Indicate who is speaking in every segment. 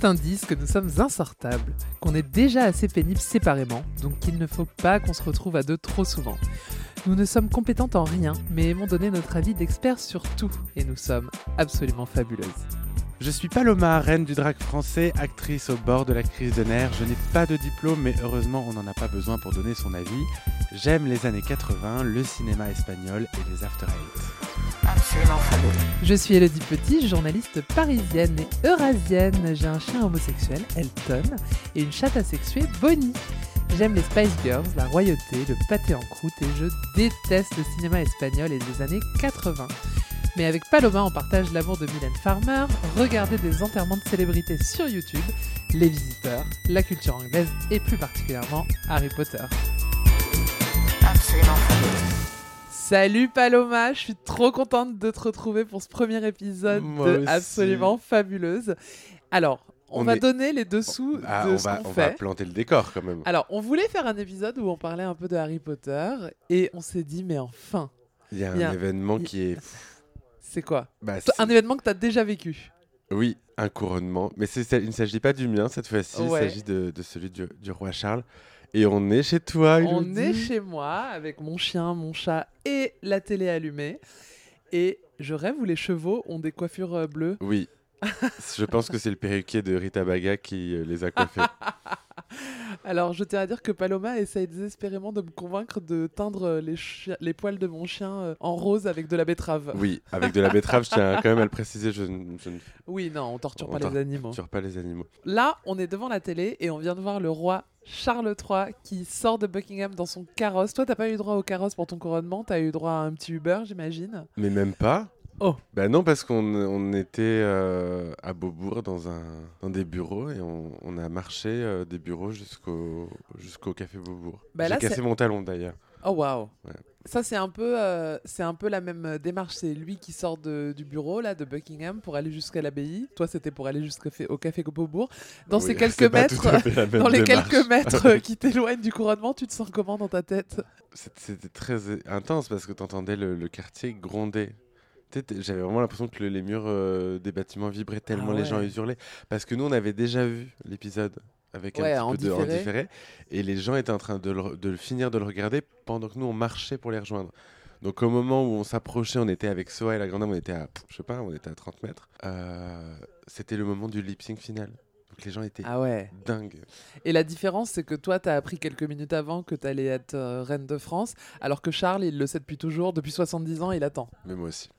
Speaker 1: tout indice que nous sommes insortables, qu'on est déjà assez pénibles séparément, donc qu'il ne faut pas qu'on se retrouve à deux trop souvent. Nous ne sommes compétentes en rien, mais aimons donner notre avis d'experts sur tout, et nous sommes absolument fabuleuses.
Speaker 2: Je suis Paloma, reine du drag français, actrice au bord de la crise de nerfs. Je n'ai pas de diplôme, mais heureusement, on n'en a pas besoin pour donner son avis. J'aime les années 80, le cinéma espagnol et les after eight.
Speaker 3: Absolument fabuleux.
Speaker 1: Je suis Elodie Petit, journaliste parisienne et eurasienne. J'ai un chien homosexuel, Elton, et une chatte asexuée, Bonnie. J'aime les Spice Girls, la royauté, le pâté en croûte et je déteste le cinéma espagnol et des années 80. Mais avec Paloma, on partage l'amour de Mylène Farmer, regarder des enterrements de célébrités sur YouTube, les visiteurs, la culture anglaise et plus particulièrement Harry Potter.
Speaker 3: Absolument fabuleux.
Speaker 1: Salut Paloma, je suis trop contente de te retrouver pour ce premier épisode
Speaker 2: Moi
Speaker 1: de
Speaker 2: aussi.
Speaker 1: Absolument Fabuleuse. Alors, on,
Speaker 2: On
Speaker 1: va
Speaker 2: est-
Speaker 1: donner les dessous
Speaker 2: Ah,
Speaker 1: de
Speaker 2: on
Speaker 1: ce
Speaker 2: va,
Speaker 1: qu'on
Speaker 2: on va
Speaker 1: fait.
Speaker 2: planter le décor quand même.
Speaker 1: Alors, on voulait faire un épisode où on parlait un peu de Harry Potter et on s'est dit, mais enfin,
Speaker 2: Il y a un
Speaker 1: il y a-
Speaker 2: événement
Speaker 1: il-
Speaker 2: qui est.
Speaker 1: c'est quoi
Speaker 2: bah,
Speaker 1: Toi,
Speaker 2: c'est-
Speaker 1: Un événement que t'as déjà vécu.
Speaker 2: Oui, un couronnement. Mais c'est- c'est- il ne s'agit pas du mien cette fois-ci,
Speaker 1: Ouais.
Speaker 2: il s'agit de, de celui du, du roi Charles. Et on est chez toi,
Speaker 1: On
Speaker 2: Elodie.
Speaker 1: est chez moi avec mon chien, mon chat et la télé allumée. Et je rêve où les chevaux ont des coiffures euh, bleues.
Speaker 2: Oui. Je pense que c'est le perruquier de Rita Baga qui euh, les a coiffés.
Speaker 1: Alors, je tiens à dire que Paloma essaye désespérément de me convaincre de teindre euh, les, chi- les poils de mon chien euh, en rose avec de la betterave. Oui,
Speaker 2: Oui, avec de la betterave, je tiens quand même à le préciser, je, ne- je ne
Speaker 1: non, on torture
Speaker 2: On
Speaker 1: pas les
Speaker 2: torture.
Speaker 1: animaux.
Speaker 2: tue pas les animaux.
Speaker 1: Là, on est devant la télé et on vient de voir le roi Charles III qui sort de Buckingham dans son carrosse. Toi, t'as pas eu droit au carrosse pour ton couronnement, t'as eu droit à un petit Uber, j'imagine.
Speaker 2: Mais même pas
Speaker 1: Oh.
Speaker 2: Bah non, parce qu'on on était euh, à Beaubourg dans, un, dans des bureaux et on, on a marché euh, des bureaux jusqu'au jusqu'au café Beaubourg.
Speaker 1: Bah là,
Speaker 2: J'ai cassé
Speaker 1: c'est-
Speaker 2: mon talon d'ailleurs.
Speaker 1: Oh waouh.
Speaker 2: Ouais.
Speaker 1: Ça c'est un peu, euh, c'est un peu la même euh, démarche. C'est lui qui sort de- du bureau là de Buckingham pour aller jusqu'à l'abbaye. Toi c'était pour aller jusqu'au fa- au café Beaubourg. Dans
Speaker 2: Oui,
Speaker 1: ces
Speaker 2: c'est
Speaker 1: quelques
Speaker 2: pas tout
Speaker 1: mètres,
Speaker 2: à fait la même
Speaker 1: dans les
Speaker 2: démarche.
Speaker 1: quelques mètres euh, qui t'éloignent du couronnement, tu te sens comment dans ta tête
Speaker 2: C'est- C'était très euh, intense parce que t'entendais le, le quartier gronder. Tu sais, t'es- J'avais vraiment l'impression que le- les murs euh, des bâtiments vibraient tellement les gens
Speaker 1: Ah ouais.
Speaker 2: ils hurlaient. Parce que nous, on avait déjà vu l'épisode avec
Speaker 1: Ouais,
Speaker 2: un
Speaker 1: en
Speaker 2: petit peu de en
Speaker 1: différé.
Speaker 2: différé. Et les gens étaient en train de le, re- de le finir de le regarder pendant que nous, on marchait pour les rejoindre. Donc au moment où on s'approchait, on était avec Soa et la grande dame, on était à, pff, je sais pas, on était à 30 mètres. Euh, C'était le moment du lip sync final. Donc les gens étaient
Speaker 1: Ah ouais.
Speaker 2: dingues.
Speaker 1: Et la différence c'est que toi t'as appris quelques minutes avant que t'allais être euh, reine de France, alors que Charles il le sait depuis toujours, depuis 70 ans il attend.
Speaker 2: Mais moi aussi.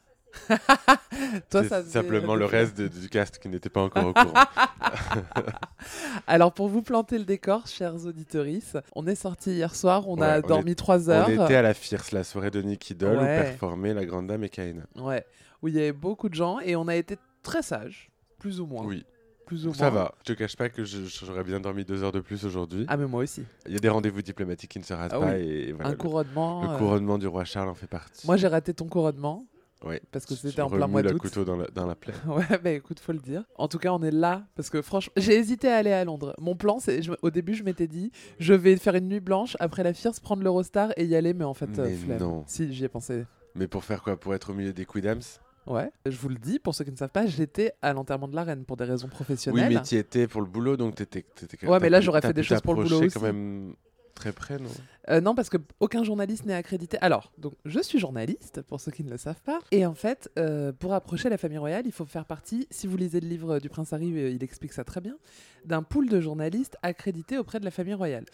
Speaker 1: Toi
Speaker 2: C'est
Speaker 1: ça faisait-
Speaker 2: simplement le reste de- du cast qui n'était pas encore au courant.
Speaker 1: Alors pour vous planter le décor, chers auditeurs, on est sorti hier soir, on a
Speaker 2: Ouais, on
Speaker 1: dormi trois heures.
Speaker 2: On était à la Fierce, la soirée de Nicky Doll
Speaker 1: Ouais.
Speaker 2: où performait la grande dame et Kaina.
Speaker 1: Ouais, où il y avait beaucoup de gens et on a été très sages, plus ou moins.
Speaker 2: Oui,
Speaker 1: plus ou
Speaker 2: ça
Speaker 1: moins.
Speaker 2: va. Je te cache pas que je- j'aurais bien dormi deux heures de plus aujourd'hui.
Speaker 1: Ah, mais moi aussi.
Speaker 2: Il y a des rendez-vous diplomatiques qui ne se ratent
Speaker 1: Ah
Speaker 2: pas.
Speaker 1: oui.
Speaker 2: Et voilà,
Speaker 1: Un
Speaker 2: le-
Speaker 1: couronnement.
Speaker 2: le,
Speaker 1: euh,
Speaker 2: couronnement du roi Charles en fait partie.
Speaker 1: Moi, j'ai raté ton couronnement
Speaker 2: Ouais.
Speaker 1: parce que
Speaker 2: Tu- tu
Speaker 1: c'était en plein
Speaker 2: remues
Speaker 1: mois
Speaker 2: le
Speaker 1: d'août.
Speaker 2: couteau dans la, dans la plaie.
Speaker 1: Ouais, bah écoute, faut le dire. En tout cas, on est là parce que franchement, j'ai hésité à aller à Londres. Mon plan, c'est je- au début, je m'étais dit, je vais faire une nuit blanche après la Fierce, prendre l'Eurostar et y aller, mais en fait, euh,
Speaker 2: Mais
Speaker 1: flemme.
Speaker 2: non.
Speaker 1: Si, j'y ai pensé.
Speaker 2: Mais pour faire quoi Pour être au milieu des Quidams
Speaker 1: Ouais, je vous le dis, pour ceux qui ne savent pas, j'étais à l'enterrement de la reine pour des raisons
Speaker 2: Oui,
Speaker 1: professionnelles.
Speaker 2: mais tu y étais pour le boulot, donc t'étais. t'étais-
Speaker 1: Ouais,
Speaker 2: t'as
Speaker 1: mais là,
Speaker 2: pu-
Speaker 1: j'aurais
Speaker 2: t'as
Speaker 1: fait des
Speaker 2: pu
Speaker 1: choses pour le boulot
Speaker 2: t'approcher quand
Speaker 1: aussi.
Speaker 2: même très près, non
Speaker 1: Euh, non, parce que aucun journaliste n'est accrédité. Alors, donc, je suis journaliste, pour ceux qui ne le savent pas. Et en fait, euh, pour approcher la famille royale, il faut faire partie, si vous lisez le livre du prince Harry, euh, il explique ça très bien, d'un pool de journalistes accrédités auprès de la famille royale.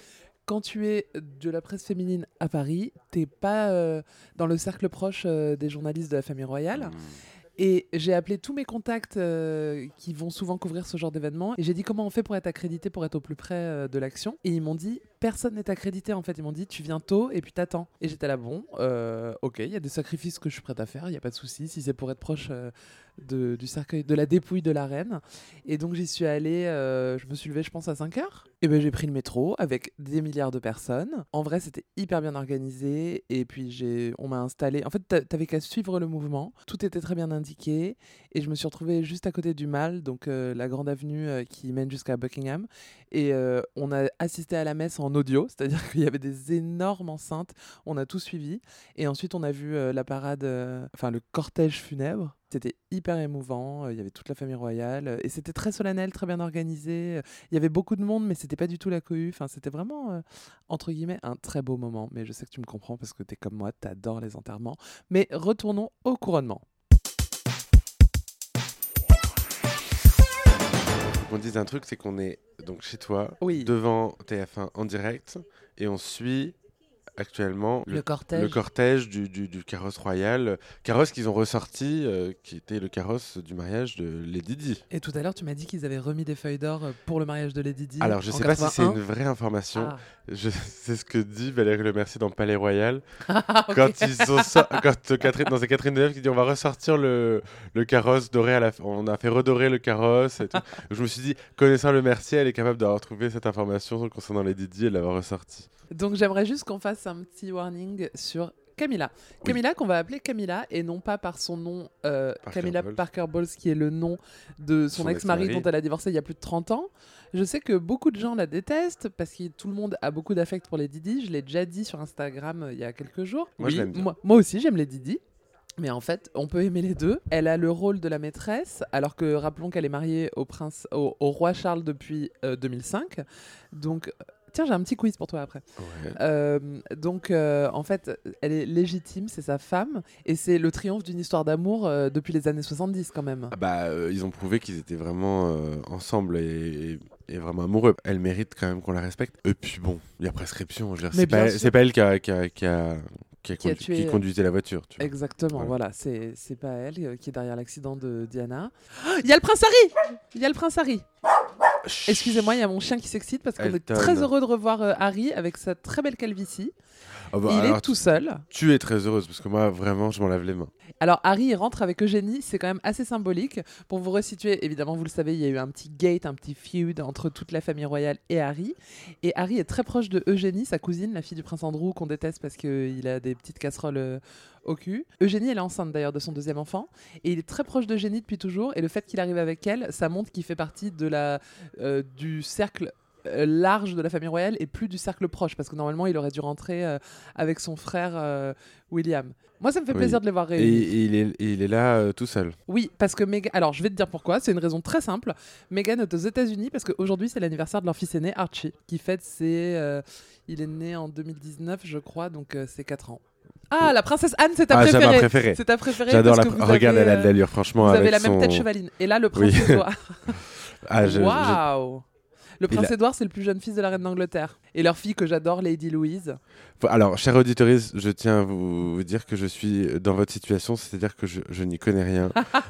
Speaker 1: Quand tu es de la presse féminine à Paris, t'es pas euh, dans le cercle proche euh, des journalistes de la famille royale.
Speaker 2: Hmm.
Speaker 1: Et j'ai appelé tous mes contacts euh, qui vont souvent couvrir ce genre d'événement. Et j'ai dit comment on fait pour être accrédité, pour être au plus près euh, de l'action. Et ils m'ont dit, personne n'est accrédité en fait. Ils m'ont dit, tu viens tôt et puis t'attends. Et j'étais là, bon, euh, ok, il y a des sacrifices que je suis prête à faire, il n'y a pas de souci, si c'est pour être proche euh, de, du cercueil, de la dépouille de la reine. Et donc j'y suis allée, euh, je me suis levée je pense à 5 heures. Et ben j'ai pris le métro avec des milliards de personnes. En vrai c'était hyper bien organisé et puis j'ai, on m'a installé. En fait t'a- t'avais qu'à suivre le mouvement, tout était très bien indiqué et je me suis retrouvée juste à côté du Mall, donc euh, la grande avenue euh, qui mène jusqu'à Buckingham. Et euh, on a assisté à la messe en en audio, c'est-à-dire qu'il y avait des énormes enceintes. On a tout suivi. Et ensuite, on a vu euh, la parade, euh, enfin le cortège funèbre. C'était hyper émouvant. euh, Il y avait toute la famille royale. euh, Et c'était très solennel, très bien organisé. euh, Il y avait beaucoup de monde, mais c'était pas du tout la cohue. Enfin, c'était vraiment, euh, entre guillemets, un très beau moment. Mais je sais que tu me comprends parce que t'es comme moi, t'adores les enterrements. Mais retournons au couronnement.
Speaker 2: Qu'on dise un truc, c'est qu'on est donc chez toi,
Speaker 1: Oui.
Speaker 2: devant TF1 en direct, et on suit actuellement le,
Speaker 1: cortège.
Speaker 2: le cortège du, du- du carrosse royal. Carrosse qu'ils ont ressorti, euh, qui était le carrosse du mariage de Lady Di.
Speaker 1: Et tout à l'heure, tu m'as dit qu'ils avaient remis des feuilles d'or euh, pour le mariage de Lady Di.
Speaker 2: Alors, je
Speaker 1: en
Speaker 2: sais pas si c'est
Speaker 1: 81.
Speaker 2: une vraie information.
Speaker 1: Ah.
Speaker 2: Je- C'est ce que dit Valérie Le Mercier dans Palais Royal.
Speaker 1: Ah, ok.
Speaker 2: Quand ils sont so- quand euh, Catherine, dans Catherine Deneuve qui dit on va ressortir le, le carrosse doré à la fin. On a fait redorer le carrosse et tout. je me suis dit, connaissant Le Mercier, elle est capable d'avoir trouvé cette information concernant Lady Di et de l'avoir ressortie.
Speaker 1: Donc j'aimerais juste qu'on fasse un petit warning sur Camilla. Camilla qu'on va appeler Camilla et non pas par son nom euh,
Speaker 2: Parker
Speaker 1: Camilla
Speaker 2: Bowles.
Speaker 1: Parker Bowles qui est le nom de son,
Speaker 2: Son
Speaker 1: ex-mari
Speaker 2: ex-mari.
Speaker 1: dont elle a divorcé il y a plus de 30 ans. Je sais que beaucoup de gens la détestent parce que tout le monde a beaucoup d'affect pour les Didi. Je l'ai déjà dit sur Instagram euh, il y a quelques jours.
Speaker 2: Moi, je l'aime bien.
Speaker 1: moi, moi aussi j'aime les Didi. Mais en fait, on peut aimer les deux. Elle a le rôle de la maîtresse, alors que rappelons qu'elle est mariée au prince, au, au roi Charles depuis euh, 2005. Donc, euh, tiens, j'ai un petit quiz pour toi après.
Speaker 2: Ouais.
Speaker 1: Euh, donc, euh, en fait, elle est légitime, c'est sa femme, et c'est le triomphe d'une histoire d'amour euh, depuis les années 70 quand même.
Speaker 2: Ah bah, euh, ils ont prouvé qu'ils étaient vraiment euh, ensemble et, et- et vraiment amoureux. Elle mérite quand même qu'on la respecte. Et puis bon, il y a prescription. je veux dire,
Speaker 1: Mais
Speaker 2: C'est pas,
Speaker 1: bien
Speaker 2: elle-
Speaker 1: sûr.
Speaker 2: c'est pas elle qui a, qui a- qui a- qui a
Speaker 1: Qui a
Speaker 2: condu-
Speaker 1: tué,
Speaker 2: qui
Speaker 1: euh,
Speaker 2: conduisait la voiture. tu vois.
Speaker 1: Exactement,
Speaker 2: Ouais.
Speaker 1: voilà, c'est c'est pas elle euh, qui est derrière l'accident de Diana. Ah, Il y a le prince Harry Il y a le prince Harry Excusez-moi, il y a mon chien qui s'excite parce qu'on est
Speaker 2: Elton.
Speaker 1: très heureux de revoir euh, Harry avec sa très belle calvitie.
Speaker 2: Ah bah,
Speaker 1: il
Speaker 2: alors,
Speaker 1: est tout seul.
Speaker 2: Tu es très heureuse parce que moi, vraiment, je m'en lave les mains.
Speaker 1: Alors Harry il rentre avec Eugénie, c'est quand même assez symbolique. Pour vous resituer, évidemment, vous le savez, il y a eu un petit gate, un petit feud entre toute la famille royale et Harry. Et Harry est très proche de Eugénie, sa cousine, la fille du prince Andrew, qu'on déteste parce qu'il a des petites casseroles euh, au cul. Eugénie, elle est enceinte d'ailleurs de son deuxième enfant. Et il est très proche d'Eugénie depuis toujours. Et le fait qu'il arrive avec elle, ça montre qu'il fait partie de la, euh, du cercle euh, large de la famille royale et plus du cercle proche parce que normalement il aurait dû rentrer euh, avec son frère euh, William. Moi ça me fait
Speaker 2: Oui.
Speaker 1: plaisir de les voir
Speaker 2: Et,
Speaker 1: réunis.
Speaker 2: et il, est, et il est là euh, tout seul.
Speaker 1: Oui, parce que Megan. Alors, je vais te dire pourquoi. C'est une raison très simple. Megan est aux États-Unis parce qu'aujourd'hui, c'est l'anniversaire de leur fils aîné, Archie, qui fête ses. euh, il est né en 2019, je crois, donc euh, c'est 4 ans. Ah, la princesse Anne, c'est ta
Speaker 2: ah, j'aime ma
Speaker 1: préférée.
Speaker 2: préférée.
Speaker 1: C'est ta préférée.
Speaker 2: J'adore la.
Speaker 1: parce
Speaker 2: pr-
Speaker 1: que vous
Speaker 2: Regarde,
Speaker 1: avez,
Speaker 2: elle a de
Speaker 1: euh,
Speaker 2: l'allure, franchement.
Speaker 1: Vous avez
Speaker 2: avec
Speaker 1: la même
Speaker 2: son-
Speaker 1: tête chevaline. Et là, le
Speaker 2: Oui.
Speaker 1: prince Édouard.
Speaker 2: Ah, je- je-
Speaker 1: Waouh Le
Speaker 2: Il
Speaker 1: prince
Speaker 2: a-
Speaker 1: Édouard, c'est le plus jeune fils de la reine d'Angleterre. Et leur fille que j'adore, Lady Louise.
Speaker 2: Faut- Alors, chers auditeurs, je tiens à vous, vous dire que je suis dans votre situation, c'est-à-dire que je, je n'y connais rien.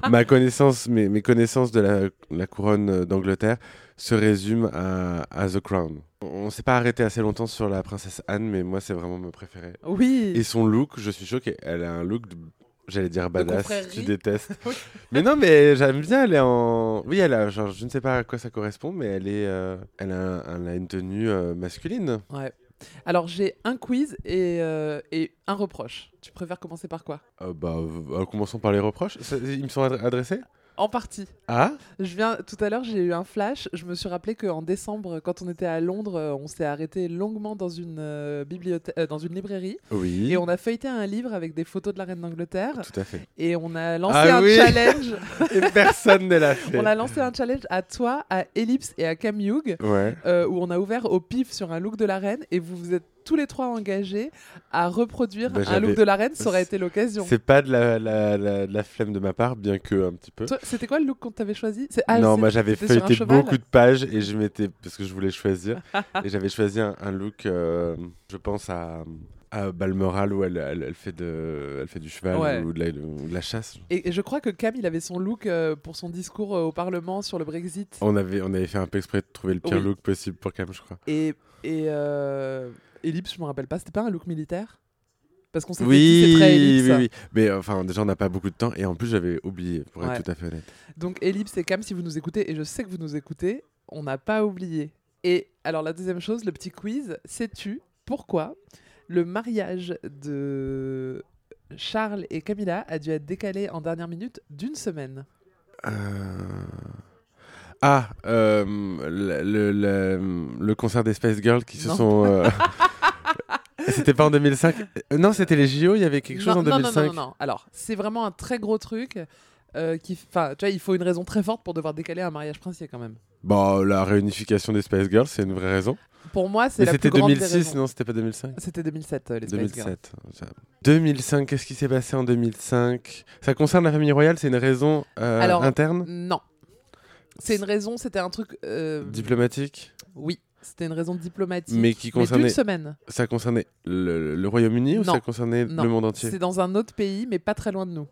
Speaker 2: Ma connaissance, mes, mes connaissances de la, la couronne euh, d'Angleterre se résument à, à The Crown. On- On s'est pas arrêté assez longtemps sur la princesse Anne, mais moi, c'est vraiment ma préférée.
Speaker 1: Oui.
Speaker 2: Et son look, je suis choqué. Elle a un look, de- j'allais dire badass,
Speaker 1: confrérie.
Speaker 2: tu détestes.
Speaker 1: Oui.
Speaker 2: mais non, mais j'aime bien. Elle est en. Oui, elle a, genre, je ne sais pas à quoi ça correspond, mais elle, est, euh, elle, a, elle a une tenue euh, masculine.
Speaker 1: Ouais. Alors, j'ai un quiz et, euh, et un reproche. Tu préfères commencer par quoi
Speaker 2: Euh, bah, v- euh, commençons par les reproches. Ça- ils me sont adre- adressés
Speaker 1: En partie.
Speaker 2: Ah
Speaker 1: Je viens tout à l'heure, j'ai eu un flash. Je me suis rappelé qu'en décembre, quand on était à Londres, euh, on s'est arrêté longuement dans une euh, bibliothèque, euh, dans une librairie,
Speaker 2: Oui.
Speaker 1: et on a feuilleté un livre avec des photos de la reine d'Angleterre,
Speaker 2: Tout à fait.
Speaker 1: et on a lancé
Speaker 2: Ah
Speaker 1: un
Speaker 2: oui.
Speaker 1: challenge.
Speaker 2: Et personne ne l'a fait.
Speaker 1: on a lancé un challenge à toi, à Ellipse et à Cam Hugh,
Speaker 2: Ouais.
Speaker 1: euh, où on a ouvert au pif sur un look de la reine, et vous vous êtes tous les trois engagés à reproduire
Speaker 2: Bah,
Speaker 1: un
Speaker 2: j'avais-
Speaker 1: look de la reine. Ça aurait été l'occasion.
Speaker 2: C'est pas de la, la- la- de la flemme de ma part, bien que un petit peu.
Speaker 1: Toi, C'était quoi le look qu'on t'avait choisi C'est- ah,
Speaker 2: non,
Speaker 1: c'est-
Speaker 2: moi j'avais
Speaker 1: c'était sur un
Speaker 2: feuilleté
Speaker 1: cheval
Speaker 2: beaucoup de pages et je m'étais. Parce que je voulais choisir. et j'avais choisi un, un look, euh, je pense à. à Balmoral où elle, elle- elle fait de, elle fait du cheval
Speaker 1: Ouais.
Speaker 2: ou, de la, ou de la chasse.
Speaker 1: Et et je crois que Cam, il avait son look euh, pour son discours euh, au Parlement sur le Brexit.
Speaker 2: On avait, on avait fait un peu exprès de trouver le pire
Speaker 1: Oui.
Speaker 2: look possible pour Cam, je crois.
Speaker 1: Et, et euh, Ellipse, je me rappelle pas, c'était pas un look militaire Parce qu'on s'était dit,
Speaker 2: Oui,
Speaker 1: c'est très Ellipse.
Speaker 2: oui, oui. Mais euh, enfin, déjà, on n'a pas beaucoup de temps et en plus, j'avais oublié, pour
Speaker 1: Ouais.
Speaker 2: être tout à fait honnête.
Speaker 1: Donc Ellipse et Cam, si vous nous écoutez, et je sais que vous nous écoutez, on n'a pas oublié. Et alors la deuxième chose, le petit quiz, sais-tu pourquoi le mariage de Charles et Camilla a dû être décalé en dernière minute d'une semaine
Speaker 2: Euh, Ah, euh, le, le- le- le concert des Space Girls qui se
Speaker 1: Non.
Speaker 2: sont. euh, c'était pas en 2005 Euh, Non, c'était les JO, il y avait quelque chose
Speaker 1: non,
Speaker 2: en
Speaker 1: non,
Speaker 2: 2005.
Speaker 1: Non, non, non, non. Alors, c'est vraiment un très gros truc. euh, qui, enfin, tu vois, il faut une raison très forte pour devoir décaler un mariage princier quand même.
Speaker 2: Bon, Bah, la réunification des Space Girls, c'est une vraie raison.
Speaker 1: Pour moi, c'est
Speaker 2: Mais
Speaker 1: la plus
Speaker 2: c'était
Speaker 1: grande des
Speaker 2: 2006,
Speaker 1: raisons.
Speaker 2: non, c'était pas 2005
Speaker 1: C'était 2007, euh, les Space Girls.
Speaker 2: 2007. ça. 2005, qu'est-ce qui s'est passé en 2005 Ça concerne la famille royale, c'est une raison euh,
Speaker 1: Alors-
Speaker 2: interne,
Speaker 1: Non. C'est une raison, c'était un truc. euh,
Speaker 2: diplomatique,
Speaker 1: oui, c'était une raison diplomatique.
Speaker 2: mais qui concernait.
Speaker 1: d'une semaine.
Speaker 2: ça concernait le, le Royaume-Uni ou
Speaker 1: Non.
Speaker 2: ça concernait
Speaker 1: Non.
Speaker 2: le monde entier
Speaker 1: C'est dans un autre pays, mais pas très loin de nous.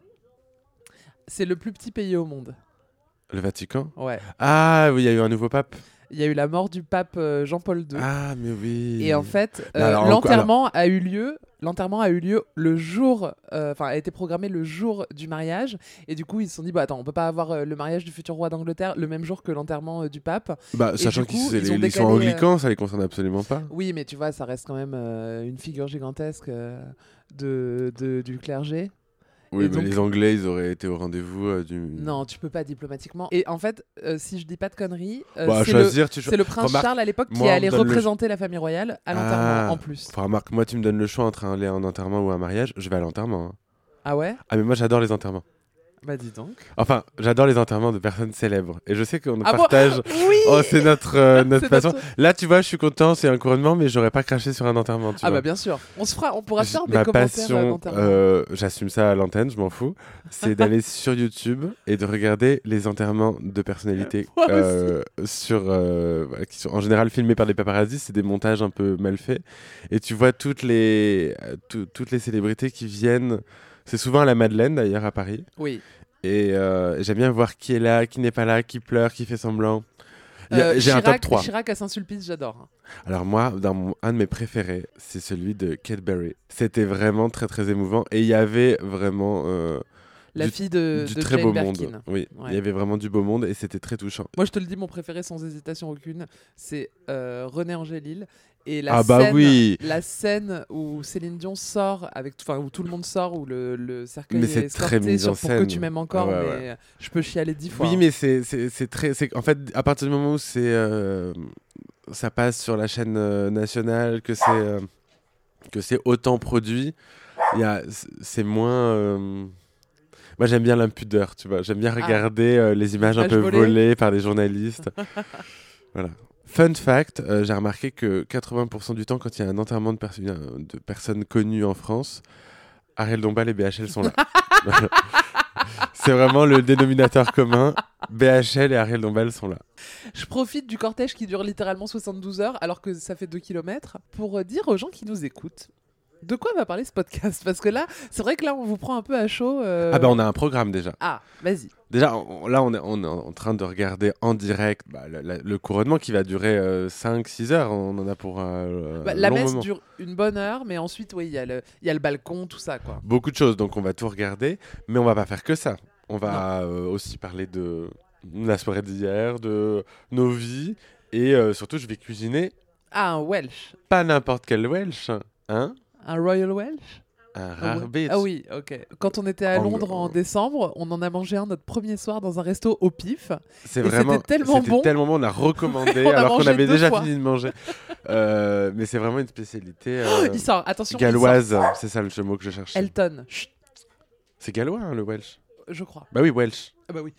Speaker 1: C'est le plus petit pays au monde.
Speaker 2: Le Vatican
Speaker 1: Ouais.
Speaker 2: Ah, oui, il y a eu un nouveau pape.
Speaker 1: Il y a eu la mort du pape euh, Jean-Paul II.
Speaker 2: Ah, mais oui.
Speaker 1: Et en fait,
Speaker 2: Mais
Speaker 1: euh,
Speaker 2: alors, en-
Speaker 1: l'enterrement a eu lieu. L'enterrement a eu lieu le jour, euh, enfin a été programmé le jour du mariage. Et du coup, ils se sont dit, bah attends, on peut pas avoir euh, le mariage du futur roi d'Angleterre le même jour que l'enterrement euh, du pape.
Speaker 2: Bah, sachant
Speaker 1: du
Speaker 2: qu'ils
Speaker 1: coup,
Speaker 2: c'est
Speaker 1: ils
Speaker 2: les-
Speaker 1: ont
Speaker 2: ils sont
Speaker 1: décalé, euh,
Speaker 2: anglicans, ça les concerne absolument pas.
Speaker 1: Oui, mais tu vois, ça reste quand même euh, une figure gigantesque euh, de, de- du clergé.
Speaker 2: Oui,
Speaker 1: et
Speaker 2: mais
Speaker 1: donc-
Speaker 2: les Anglais, ils auraient été au rendez-vous euh, du.
Speaker 1: Non, tu peux pas diplomatiquement. Et en fait, euh, si je dis pas de conneries, euh,
Speaker 2: Bah,
Speaker 1: c'est le-
Speaker 2: choisir, tu
Speaker 1: c'est le,
Speaker 2: choisis.
Speaker 1: prince
Speaker 2: Remarque,
Speaker 1: Charles à l'époque qui
Speaker 2: moi, on
Speaker 1: allait
Speaker 2: me donne le-
Speaker 1: représenter la famille royale à l'enterrement
Speaker 2: Ah.
Speaker 1: en plus.
Speaker 2: Enfin, remarque, moi, tu me donnes le choix entre aller en enterrement ou un mariage, je vais à l'enterrement. hein.
Speaker 1: Ah ouais
Speaker 2: Ah, mais moi, j'adore les enterrements.
Speaker 1: Bah dis donc.
Speaker 2: Enfin, j'adore les enterrements de personnes célèbres. Et je sais qu'on
Speaker 1: Ah bon
Speaker 2: partage.
Speaker 1: Oui
Speaker 2: Oh, c'est notre, euh, notre
Speaker 1: C'est
Speaker 2: passion.
Speaker 1: notre-
Speaker 2: Là, tu vois, je suis content, c'est un couronnement, mais j'aurais pas craché sur un enterrement. Tu
Speaker 1: Ah
Speaker 2: vois.
Speaker 1: bah bien sûr. On se fera, on pourra
Speaker 2: J-
Speaker 1: faire des
Speaker 2: ma
Speaker 1: commentaires euh,
Speaker 2: passion,
Speaker 1: d'enterrement.
Speaker 2: euh, j'assume ça à l'antenne, je m'en fous, c'est d'aller sur YouTube et de regarder les enterrements de personnalités
Speaker 1: Moi aussi.
Speaker 2: euh, sur, euh, voilà, qui sont en général filmés par des paparazzis, c'est des montages un peu mal faits. Et tu vois toutes les, euh, tout- toutes les célébrités qui viennent, c'est souvent à la Madeleine d'ailleurs à Paris,
Speaker 1: Oui.
Speaker 2: et euh, j'aime bien voir qui est là, qui n'est pas là, qui pleure, qui fait semblant. Il y a-
Speaker 1: Euh,
Speaker 2: J'ai un
Speaker 1: Chirac-
Speaker 2: top 3.
Speaker 1: Chirac à Saint-Sulpice, j'adore.
Speaker 2: Alors moi, dans mon- un de mes préférés, c'est celui de Kate Berry. C'était vraiment très très émouvant et il y avait vraiment euh,
Speaker 1: La
Speaker 2: Du-
Speaker 1: fille de,
Speaker 2: du
Speaker 1: de
Speaker 2: très
Speaker 1: Jane
Speaker 2: beau
Speaker 1: Birkin.
Speaker 2: monde. Oui, il
Speaker 1: Ouais.
Speaker 2: y avait vraiment du beau monde et c'était très touchant.
Speaker 1: Moi, je te le dis, mon préféré sans hésitation aucune, c'est euh, René Angélil. Et la
Speaker 2: ah bah
Speaker 1: scène,
Speaker 2: oui,
Speaker 1: La scène où Céline Dion sort, avec, enfin où tout le monde sort, où le, le cercueil
Speaker 2: Mais
Speaker 1: est,
Speaker 2: c'est très
Speaker 1: escorté
Speaker 2: mis
Speaker 1: sur
Speaker 2: en
Speaker 1: pour que
Speaker 2: scène.
Speaker 1: tu m'aimes encore,
Speaker 2: Ah ouais,
Speaker 1: mais je peux chialer dix fois.
Speaker 2: oui,
Speaker 1: hein.
Speaker 2: mais c'est c'est- c'est très, c'est en fait à partir du moment où c'est euh, ça passe sur la chaîne euh, nationale que c'est euh, que c'est autant produit, il y a c'est moins. euh, moi, j'aime bien l'impudeur, tu vois. J'aime bien regarder euh, les images un
Speaker 1: Ah. images
Speaker 2: peu
Speaker 1: volées.
Speaker 2: volées par les journalistes. voilà. Fun fact, euh, j'ai remarqué que 80% du temps, quand il y a un enterrement de, perso- de personnes connues en France, Ariel Dombal et BHL sont là. Voilà. C'est vraiment le dénominateur commun. BHL et Ariel Dombal sont là.
Speaker 1: Je profite du cortège qui dure littéralement 72 heures, alors que ça fait 2 km, pour euh, dire aux gens qui nous écoutent de quoi va parler ce podcast. Parce que là, c'est vrai que là, on vous prend un peu à chaud. euh,
Speaker 2: Ah bah on a un programme déjà.
Speaker 1: Ah, vas-y.
Speaker 2: Déjà, on- là, on est, on est en train de regarder en direct bah, la- la- le couronnement qui va durer 5-6 heures. On en a pour euh, un
Speaker 1: Bah, la
Speaker 2: long
Speaker 1: messe
Speaker 2: moment.
Speaker 1: dure une bonne heure, mais ensuite, oui, il y, a le- il y a le balcon, tout ça, quoi.
Speaker 2: Beaucoup de choses, donc on va tout regarder. Mais on va pas faire que ça. On va euh, aussi parler de la soirée d'hier, de nos vies. Et euh, surtout, je vais cuisiner
Speaker 1: Ah, un Welsh.
Speaker 2: pas n'importe quel Welsh. Hein
Speaker 1: Un Royal Welsh
Speaker 2: un
Speaker 1: Ah
Speaker 2: rare
Speaker 1: ouais.
Speaker 2: bit.
Speaker 1: Ah oui, ok. Quand on était à
Speaker 2: En-
Speaker 1: Londres en décembre, on en a mangé un notre premier soir dans un resto au pif.
Speaker 2: C'est
Speaker 1: Et
Speaker 2: vraiment
Speaker 1: c'était tellement bon.
Speaker 2: tellement bon, on l'a recommandé
Speaker 1: On a
Speaker 2: alors qu'on
Speaker 1: mangé
Speaker 2: avait
Speaker 1: deux
Speaker 2: déjà
Speaker 1: fois.
Speaker 2: fini de manger. Euh, mais c'est vraiment une spécialité
Speaker 1: Oh,
Speaker 2: euh,
Speaker 1: il sort, attention. il
Speaker 2: galloise, c'est ça le mot que je
Speaker 1: sort.
Speaker 2: cherchais.
Speaker 1: Elton, Chut,
Speaker 2: C'est gallois hein, le Welsh.
Speaker 1: je crois.
Speaker 2: Bah oui, Welsh.
Speaker 1: Ah bah oui.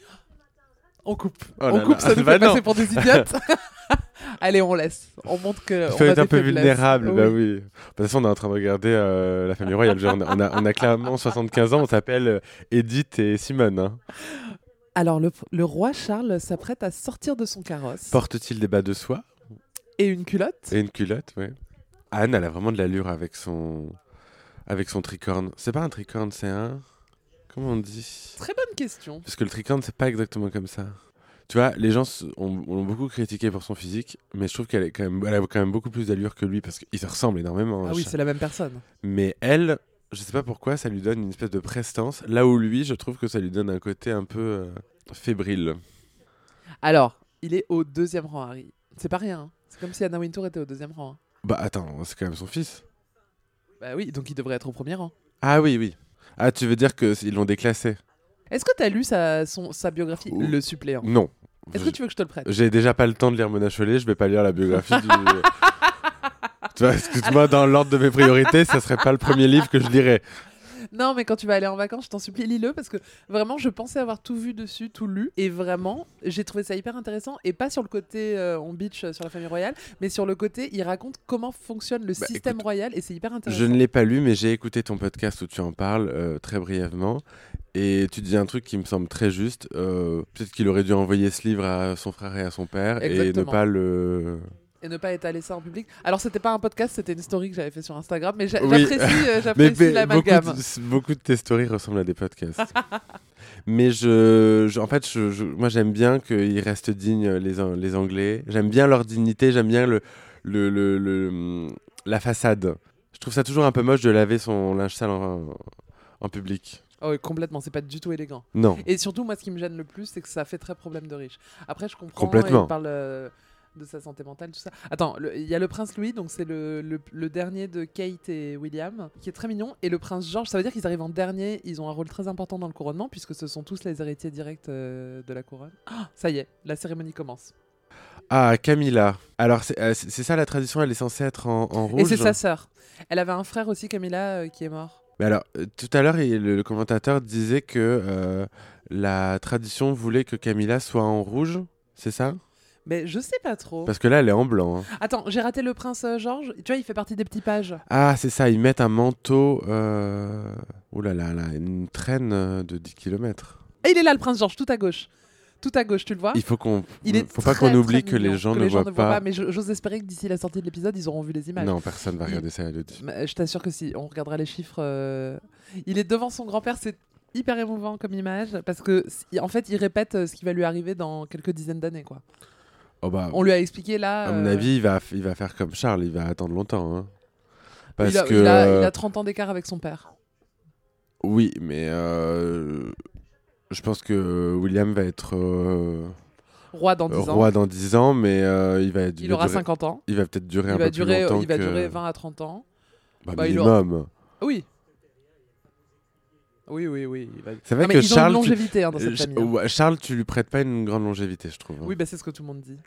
Speaker 1: On coupe.
Speaker 2: Oh
Speaker 1: on
Speaker 2: là
Speaker 1: coupe,
Speaker 2: là.
Speaker 1: ça nous
Speaker 2: Bah
Speaker 1: fait
Speaker 2: non.
Speaker 1: passer pour des idiotes. Allez, on laisse. On montre que.
Speaker 2: Il
Speaker 1: euh, on
Speaker 2: faut
Speaker 1: a
Speaker 2: être
Speaker 1: des
Speaker 2: un peu
Speaker 1: faiblesses.
Speaker 2: vulnérable,
Speaker 1: Oui.
Speaker 2: bah oui. De toute façon, on est en train de regarder euh, la famille royale. Genre, on, a, on a- on a clairement 75 ans, on s'appelle euh, Edith et Simone. hein.
Speaker 1: Alors, le, le roi Charles s'apprête à sortir de son carrosse.
Speaker 2: Porte-t-il des bas de soie
Speaker 1: Et une culotte.
Speaker 2: et une culotte ouais. Anne, elle a vraiment de l'allure avec son... avec son tricorne. C'est pas un tricorne, c'est un... Comment on dit
Speaker 1: Très bonne question.
Speaker 2: Parce que le tricorne, c'est pas exactement comme ça. Tu vois, les gens se- ont, ont beaucoup critiqué pour son physique, mais je trouve qu'elle est quand même, elle a quand même beaucoup plus d'allure que lui parce qu'ils se ressemblent énormément.
Speaker 1: Ah oui,
Speaker 2: Charles.
Speaker 1: c'est la même personne.
Speaker 2: mais elle, je sais pas pourquoi, ça lui donne une espèce de prestance. Là où lui, je trouve que ça lui donne un côté un peu euh, fébrile.
Speaker 1: Alors, il est au deuxième rang, Harry. C'est pas rien. hein. C'est comme si Anna Wintour était au deuxième rang. hein.
Speaker 2: Bah attends, c'est quand même son fils.
Speaker 1: Bah oui, donc il devrait être au premier rang.
Speaker 2: Ah oui, oui. Ah, tu veux dire qu'ils l'ont déclassé
Speaker 1: Est-ce que t'as lu sa, son, sa biographie
Speaker 2: Ouh. Euh.
Speaker 1: Le suppléant
Speaker 2: Non.
Speaker 1: Est-ce que tu veux que je te le prête
Speaker 2: J'ai déjà pas le temps de lire Mona Chollet, je vais pas lire la biographie du. tu vois, excuse-moi, dans l'ordre de mes priorités, ça serait pas le premier livre que je lirais.
Speaker 1: Non, mais quand tu vas aller en vacances, je t'en supplie, lis-le parce que vraiment, je pensais avoir tout vu dessus, tout lu. Et vraiment, j'ai trouvé ça hyper intéressant. Et pas sur le côté euh, on bitch euh, sur la famille royale, mais sur le côté, il raconte comment fonctionne le
Speaker 2: Bah,
Speaker 1: système
Speaker 2: écoute,
Speaker 1: royal et c'est hyper intéressant.
Speaker 2: Je ne l'ai pas lu, mais j'ai écouté ton podcast où tu en parles euh, très brièvement. Et tu dis un truc qui me semble très juste. euh, Peut-être qu'il aurait dû envoyer ce livre à son frère et à son père et ne
Speaker 1: Exactement.
Speaker 2: pas le.
Speaker 1: Et ne pas étaler ça en public. Alors, c'était pas un podcast, c'était une story que j'avais fait sur Instagram, mais j'a-
Speaker 2: Oui.
Speaker 1: j'apprécie euh,
Speaker 2: Mais
Speaker 1: j'apprécie
Speaker 2: be- beaucoup
Speaker 1: l'amalgame.
Speaker 2: de, beaucoup de tes stories ressemblent à des podcasts. Mais je, je- en fait, je- je- moi j'aime bien qu'ils restent dignes euh, les, An- les Anglais. J'aime bien leur dignité, j'aime bien le, le, le- le- hum, la façade. Je trouve ça toujours un peu moche de laver son linge sale en, en public.
Speaker 1: Oh, complètement, c'est pas du tout élégant.
Speaker 2: Non.
Speaker 1: Et surtout, moi, ce qui me gêne le plus, c'est que ça fait très problème de riche. Après, je comprends.
Speaker 2: Complètement.
Speaker 1: Il parle euh, de sa santé mentale, tout ça. Attends, le- il y a le prince Louis, donc c'est le, le- le dernier de Kate et William, qui est très mignon. Et le prince George, ça veut dire qu'ils arrivent en dernier. Ils ont un rôle très important dans le couronnement, puisque ce sont tous les héritiers directs euh, de la couronne. Ah, ça y est, la cérémonie commence.
Speaker 2: Ah, Camilla. Alors, c'est euh, c'est- c'est ça la tradition, elle est censée être en, en rouge.
Speaker 1: Et c'est sa sœur. Elle avait un frère aussi, Camilla, euh, qui est mort.
Speaker 2: Mais alors, euh, tout à l'heure, il- le, le commentateur disait que euh, la tradition voulait que Camilla soit en rouge, c'est ça
Speaker 1: Mais je sais pas trop.
Speaker 2: Parce que là, elle est en blanc. hein.
Speaker 1: Attends, j'ai raté le prince euh, George. Tu vois, il fait partie des petits pages.
Speaker 2: Ah, c'est ça, ils mettent un manteau. Euh... Ouh là là, là, une traîne euh, de 10 km.
Speaker 1: Et il est là, le prince George, tout à gauche. Tout à gauche, tu le vois
Speaker 2: Il faut qu'on.
Speaker 1: Ah. Il est
Speaker 2: faut pas
Speaker 1: très,
Speaker 2: qu'on oublie
Speaker 1: très
Speaker 2: que
Speaker 1: mignon,
Speaker 2: les gens ne voient pas.
Speaker 1: Mais je- j'ose espérer que d'ici la sortie de l'épisode, ils auront vu les images.
Speaker 2: non, personne va
Speaker 1: Il-
Speaker 2: regarder ça, Elodie.
Speaker 1: Mais Je t'assure que si, on regardera les chiffres. euh, Il est devant son grand-père, c'est hyper émouvant comme image parce que si- en fait il répète euh, ce qui va lui arriver dans quelques dizaines d'années quoi.
Speaker 2: Oh bah,
Speaker 1: On lui a expliqué là
Speaker 2: à mon
Speaker 1: euh,
Speaker 2: avis, il va, il va faire comme Charles, il va attendre longtemps. hein. Parce
Speaker 1: il, a,
Speaker 2: que.
Speaker 1: il a- il
Speaker 2: euh,
Speaker 1: a 30 ans d'écart avec son père.
Speaker 2: Oui, mais euh, je pense que William va être euh,
Speaker 1: Roi dans 10 ans.
Speaker 2: roi dans 10 ans, mais euh, il va, être-
Speaker 1: Il
Speaker 2: va
Speaker 1: aura
Speaker 2: durer-
Speaker 1: 50 ans.
Speaker 2: Il va peut-être durer
Speaker 1: Il
Speaker 2: un
Speaker 1: va
Speaker 2: peu
Speaker 1: durer
Speaker 2: plus longtemps
Speaker 1: il va
Speaker 2: que-
Speaker 1: durer 20 à 30 ans.
Speaker 2: Bah,
Speaker 1: bah, il aura-
Speaker 2: minimum.
Speaker 1: Ah Oui. Oui oui oui, il va-
Speaker 2: C'est vrai
Speaker 1: Ah, mais
Speaker 2: que
Speaker 1: ils ont
Speaker 2: Charles,
Speaker 1: une
Speaker 2: tu-
Speaker 1: longévité hein, dans
Speaker 2: Euh,
Speaker 1: cette
Speaker 2: Ch-
Speaker 1: famille. hein.
Speaker 2: ouais, Charles, tu lui prêtes pas une grande longévité, je trouve. hein.
Speaker 1: Oui, bah, c'est ce que tout le monde dit.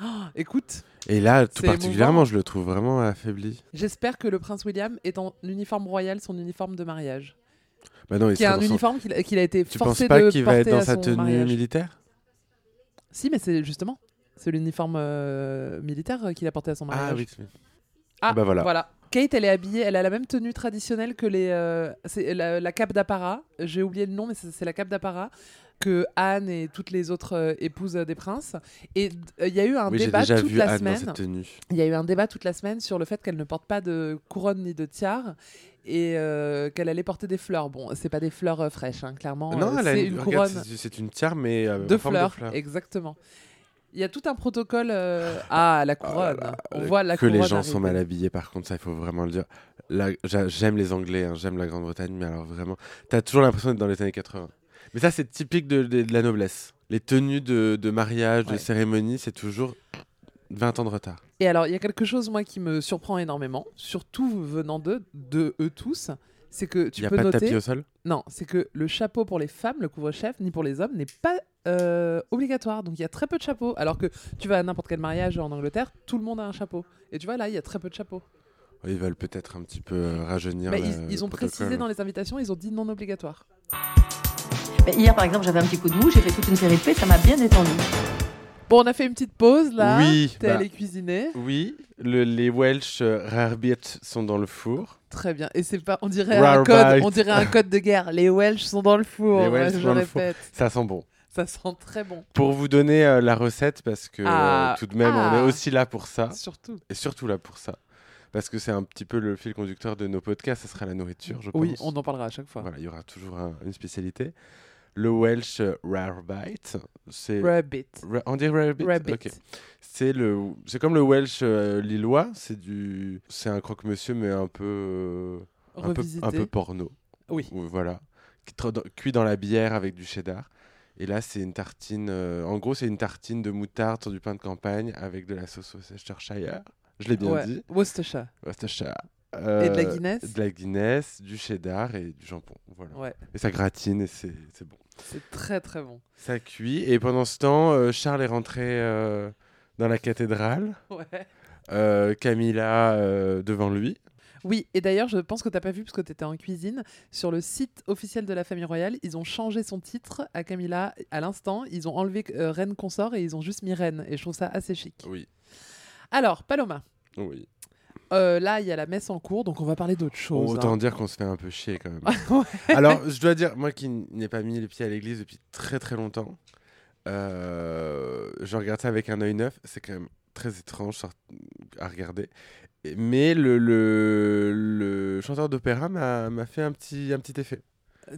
Speaker 1: Ah, écoute,
Speaker 2: Et là, tout
Speaker 1: C'est
Speaker 2: particulièrement,
Speaker 1: émouvant.
Speaker 2: je le trouve vraiment affaibli.
Speaker 1: j'espère que le prince William est en uniforme royal, son uniforme de mariage.
Speaker 2: Bah non, il
Speaker 1: Qui est
Speaker 2: sera
Speaker 1: un
Speaker 2: dans son-
Speaker 1: uniforme qu'il qu'il a été
Speaker 2: Tu penses
Speaker 1: forcé
Speaker 2: pas
Speaker 1: de
Speaker 2: qu'il va
Speaker 1: porter
Speaker 2: être dans
Speaker 1: à
Speaker 2: sa
Speaker 1: son
Speaker 2: tenue
Speaker 1: mariage.
Speaker 2: militaire
Speaker 1: Si, mais c'est justement, c'est l'uniforme euh, militaire euh, qu'il a porté à son mariage.
Speaker 2: Ah oui. oui.
Speaker 1: Ah,
Speaker 2: bah voilà.
Speaker 1: Kate, elle est habillée, elle a la même tenue traditionnelle que les, euh, c'est la, la cape d'apparat. J'ai oublié le nom, mais c'est c'est la cape d'apparat que Anne et toutes les autres euh, épouses euh, des princes. Et euh, il y a eu un
Speaker 2: Oui, j'ai
Speaker 1: débat
Speaker 2: déjà
Speaker 1: toute
Speaker 2: vu
Speaker 1: la
Speaker 2: Anne dans
Speaker 1: semaine.
Speaker 2: cette tenue.
Speaker 1: Il y a eu un débat toute la semaine sur le fait qu'elle ne porte pas de couronne ni de tiare et euh, qu'elle allait porter des fleurs. Bon, c'est pas des fleurs euh, fraîches, hein, clairement.
Speaker 2: non,
Speaker 1: euh,
Speaker 2: elle a
Speaker 1: c'est
Speaker 2: une,
Speaker 1: une
Speaker 2: regarde,
Speaker 1: couronne
Speaker 2: c'est- c'est une tiare, mais euh,
Speaker 1: de
Speaker 2: en forme
Speaker 1: fleurs,
Speaker 2: de fleurs.
Speaker 1: exactement. Il y a tout un protocole. euh, Ah, la couronne. On
Speaker 2: Euh,
Speaker 1: voit la
Speaker 2: que
Speaker 1: couronne.
Speaker 2: les gens sont
Speaker 1: arriver.
Speaker 2: mal habillés, par contre, ça, il faut vraiment le dire. Là, j'a- J'aime les Anglais, hein, j'aime la Grande-Bretagne, mais alors vraiment, t'as toujours l'impression d'être dans les années 80. Mais ça, c'est typique de, de- de la noblesse. Les tenues de, de mariage, de
Speaker 1: Ouais.
Speaker 2: cérémonie, c'est toujours 20 ans de retard.
Speaker 1: Et alors, il y a quelque chose, moi, qui me surprend énormément, surtout venant d'eux, de eux tous, c'est que
Speaker 2: Il
Speaker 1: tu
Speaker 2: n'y a
Speaker 1: peux
Speaker 2: pas de
Speaker 1: noter.
Speaker 2: tapis au sol
Speaker 1: Non, c'est que le chapeau pour les femmes, le couvre-chef, ni pour les hommes, n'est pas euh, obligatoire. Donc il y a très peu de chapeaux. Alors que tu vas à n'importe quel mariage en Angleterre, tout le monde a un chapeau. Et tu vois, là, il y a très peu de chapeaux.
Speaker 2: Ils veulent peut-être un petit peu euh, rajeunir.
Speaker 1: Mais
Speaker 2: le-
Speaker 1: Bah, ils, ils
Speaker 2: le
Speaker 1: ont précisé
Speaker 2: protocole. hein.
Speaker 1: dans les invitations, ils ont dit non obligatoire.
Speaker 3: Ben, Hier, par exemple, j'avais un petit coup de mou, j'ai fait toute une série de faits, ça m'a bien détendu.
Speaker 1: Bon, on a fait une petite pause là.
Speaker 2: Oui,
Speaker 1: T'es
Speaker 2: bah.
Speaker 1: allé cuisiner.
Speaker 2: Oui, le- les Welsh euh, rarebits sont dans le four.
Speaker 1: Très bien. Et c'est pas, on dirait un
Speaker 2: Rare
Speaker 1: code,
Speaker 2: bite.
Speaker 1: on dirait un code de guerre. Les Welsh sont dans le four.
Speaker 2: Les Welsh
Speaker 1: ouais, je
Speaker 2: sont dans le four.
Speaker 1: répète.
Speaker 2: Ça sent bon.
Speaker 1: Ça sent très bon.
Speaker 2: Pour vous donner euh, la recette, parce que euh,
Speaker 1: Ah,
Speaker 2: tout de même, on
Speaker 1: ah.
Speaker 2: est aussi là pour ça.
Speaker 1: Surtout.
Speaker 2: Et surtout là pour ça. Parce que c'est un petit peu le fil conducteur de nos podcasts, ça sera la nourriture, je
Speaker 1: Oui,
Speaker 2: pense.
Speaker 1: on en parlera à chaque fois.
Speaker 2: Voilà, il y aura toujours un- une spécialité. Le Welsh euh, Rarebite, c'est...
Speaker 1: Rabbit.
Speaker 2: Ra- on dit rarebit
Speaker 1: Rabbit.
Speaker 2: Ok. C'est le, c'est comme le Welsh euh, lillois, c'est du, c'est un croque-monsieur mais un peu, euh, un peu,
Speaker 1: Revisité.
Speaker 2: un peu porno.
Speaker 1: Oui.
Speaker 2: Ou- Voilà, Qui tra- dans- cuit dans la bière avec du cheddar. Et là, c'est une tartine. euh, en gros, c'est une tartine de moutarde sur du pain de campagne avec de la sauce Worcestershire. Je l'ai bien
Speaker 1: Ouais.
Speaker 2: dit.
Speaker 1: Worcestershire.
Speaker 2: Worcestershire.
Speaker 1: Et de la
Speaker 2: Euh,
Speaker 1: Guinness.
Speaker 2: De la Guinness, du cheddar et du jambon. Voilà.
Speaker 1: Ouais.
Speaker 2: Et ça gratine et c'est c'est bon.
Speaker 1: C'est très très bon.
Speaker 2: Ça cuit. Et pendant ce temps, euh, Charles est rentré euh, dans la cathédrale.
Speaker 1: Ouais.
Speaker 2: Euh, Camilla euh, devant lui.
Speaker 1: Oui, et d'ailleurs, je pense que t'as pas vu parce que t'étais en cuisine. Sur le site officiel de la famille royale, ils ont changé son titre à Camilla à l'instant. Ils ont enlevé euh, reine consort et ils ont juste mis reine. Et je trouve ça assez chic.
Speaker 2: Oui.
Speaker 1: Alors, Paloma,
Speaker 2: Oui.
Speaker 1: euh, là, il y a la messe en cours, donc on va parler
Speaker 2: Oh,
Speaker 1: d'autre chose.
Speaker 2: Autant
Speaker 1: hein.
Speaker 2: dire qu'on se fait un peu chier quand même.
Speaker 1: Ouais.
Speaker 2: Alors, je dois dire, moi qui n- n'ai pas mis les pieds à l'église depuis très très longtemps, euh, je regarde ça avec un œil neuf. C'est quand même très étrange sort- à regarder. Et- Mais le, le, le chanteur d'opéra m'a m'a fait un petit, un petit effet.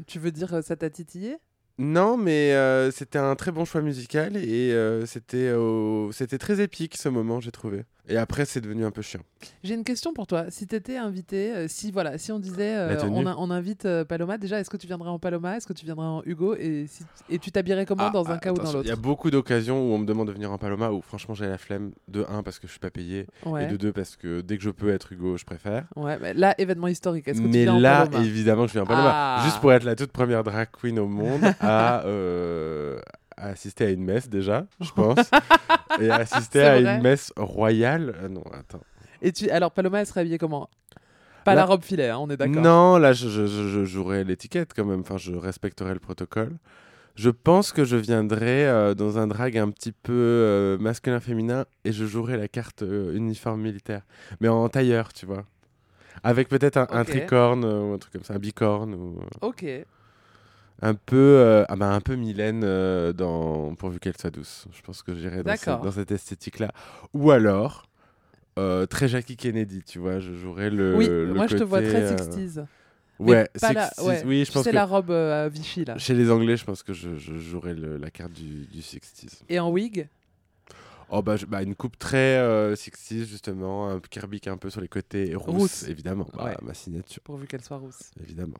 Speaker 1: Tu veux dire euh, ça t'a titillé
Speaker 2: Non, mais euh, c'était un très bon choix musical et euh, c'était au- c'était très épique ce moment, j'ai trouvé. Et après, c'est devenu un peu chiant.
Speaker 1: J'ai une question pour toi. Si t'étais invité, euh, si voilà, si on disait euh,
Speaker 2: La tenue.
Speaker 1: on, a- on invite euh, Paloma, déjà, est-ce que tu viendrais en Paloma Est-ce que tu viendrais en Hugo Et, si- et tu t'habillerais comment
Speaker 2: Ah,
Speaker 1: dans un
Speaker 2: ah,
Speaker 1: cas ou dans
Speaker 2: attention,
Speaker 1: l'autre
Speaker 2: Il y a beaucoup d'occasions où on me demande de venir en Paloma où franchement j'ai la flemme de un parce que je suis pas payé et
Speaker 1: Ouais.
Speaker 2: de deux parce que dès que je peux être Hugo, je préfère.
Speaker 1: Ouais, mais là, événement historique. Est-ce que tu
Speaker 2: Mais
Speaker 1: viens
Speaker 2: là,
Speaker 1: en Paloma
Speaker 2: évidemment, que je viens en Paloma.
Speaker 1: Ah.
Speaker 2: Juste pour être la toute première drag queen au monde à, euh, à assister à une messe déjà, je pense. et à assister
Speaker 1: C'est
Speaker 2: à
Speaker 1: vrai.
Speaker 2: une messe royale. Ah non, attends.
Speaker 1: Et tu... Alors, Paloma, elle serait habillée comment Pas
Speaker 2: Là-
Speaker 1: la robe filet, hein, on est d'accord.
Speaker 2: Non, là, je, je, je- je jouerai l'étiquette quand même. Enfin, je respecterai le protocole. Je pense que je viendrai euh, dans un drag un petit peu euh, masculin-féminin et je jouerai la carte euh, uniforme militaire. Mais en tailleur, tu vois. Avec peut-être un, un
Speaker 1: Ok.
Speaker 2: tricorne euh, ou un truc comme ça, un bicorne. Ou... euh,
Speaker 1: Ok.
Speaker 2: Un peu, euh, ah bah, un peu Mylène euh, dans Pourvu qu'elle soit douce. Je pense que j'irai dans,
Speaker 1: D'accord.
Speaker 2: cette- dans cette esthétique-là. Ou alors, euh, très Jackie Kennedy, tu vois. Je jouerai le.
Speaker 1: oui,
Speaker 2: le
Speaker 1: moi je te vois
Speaker 2: côté,
Speaker 1: très
Speaker 2: euh,
Speaker 1: 60s. Mais
Speaker 2: Ouais,
Speaker 1: pas la-
Speaker 2: 60s,
Speaker 1: ouais,
Speaker 2: oui,
Speaker 1: tu
Speaker 2: je pense
Speaker 1: sais,
Speaker 2: que
Speaker 1: la robe euh, à Vichy, là.
Speaker 2: chez les Anglais, je pense que je, je jouerai le- la carte du, du 60s.
Speaker 1: Et en wig
Speaker 2: Oh bah, je- bah, une coupe très euh, 60s, justement, un kerbic un peu sur les côtés, et rousse,
Speaker 1: Rousse.
Speaker 2: évidemment, Bah,
Speaker 1: Ouais.
Speaker 2: ma signature,
Speaker 1: Pourvu qu'elle soit rousse.
Speaker 2: évidemment.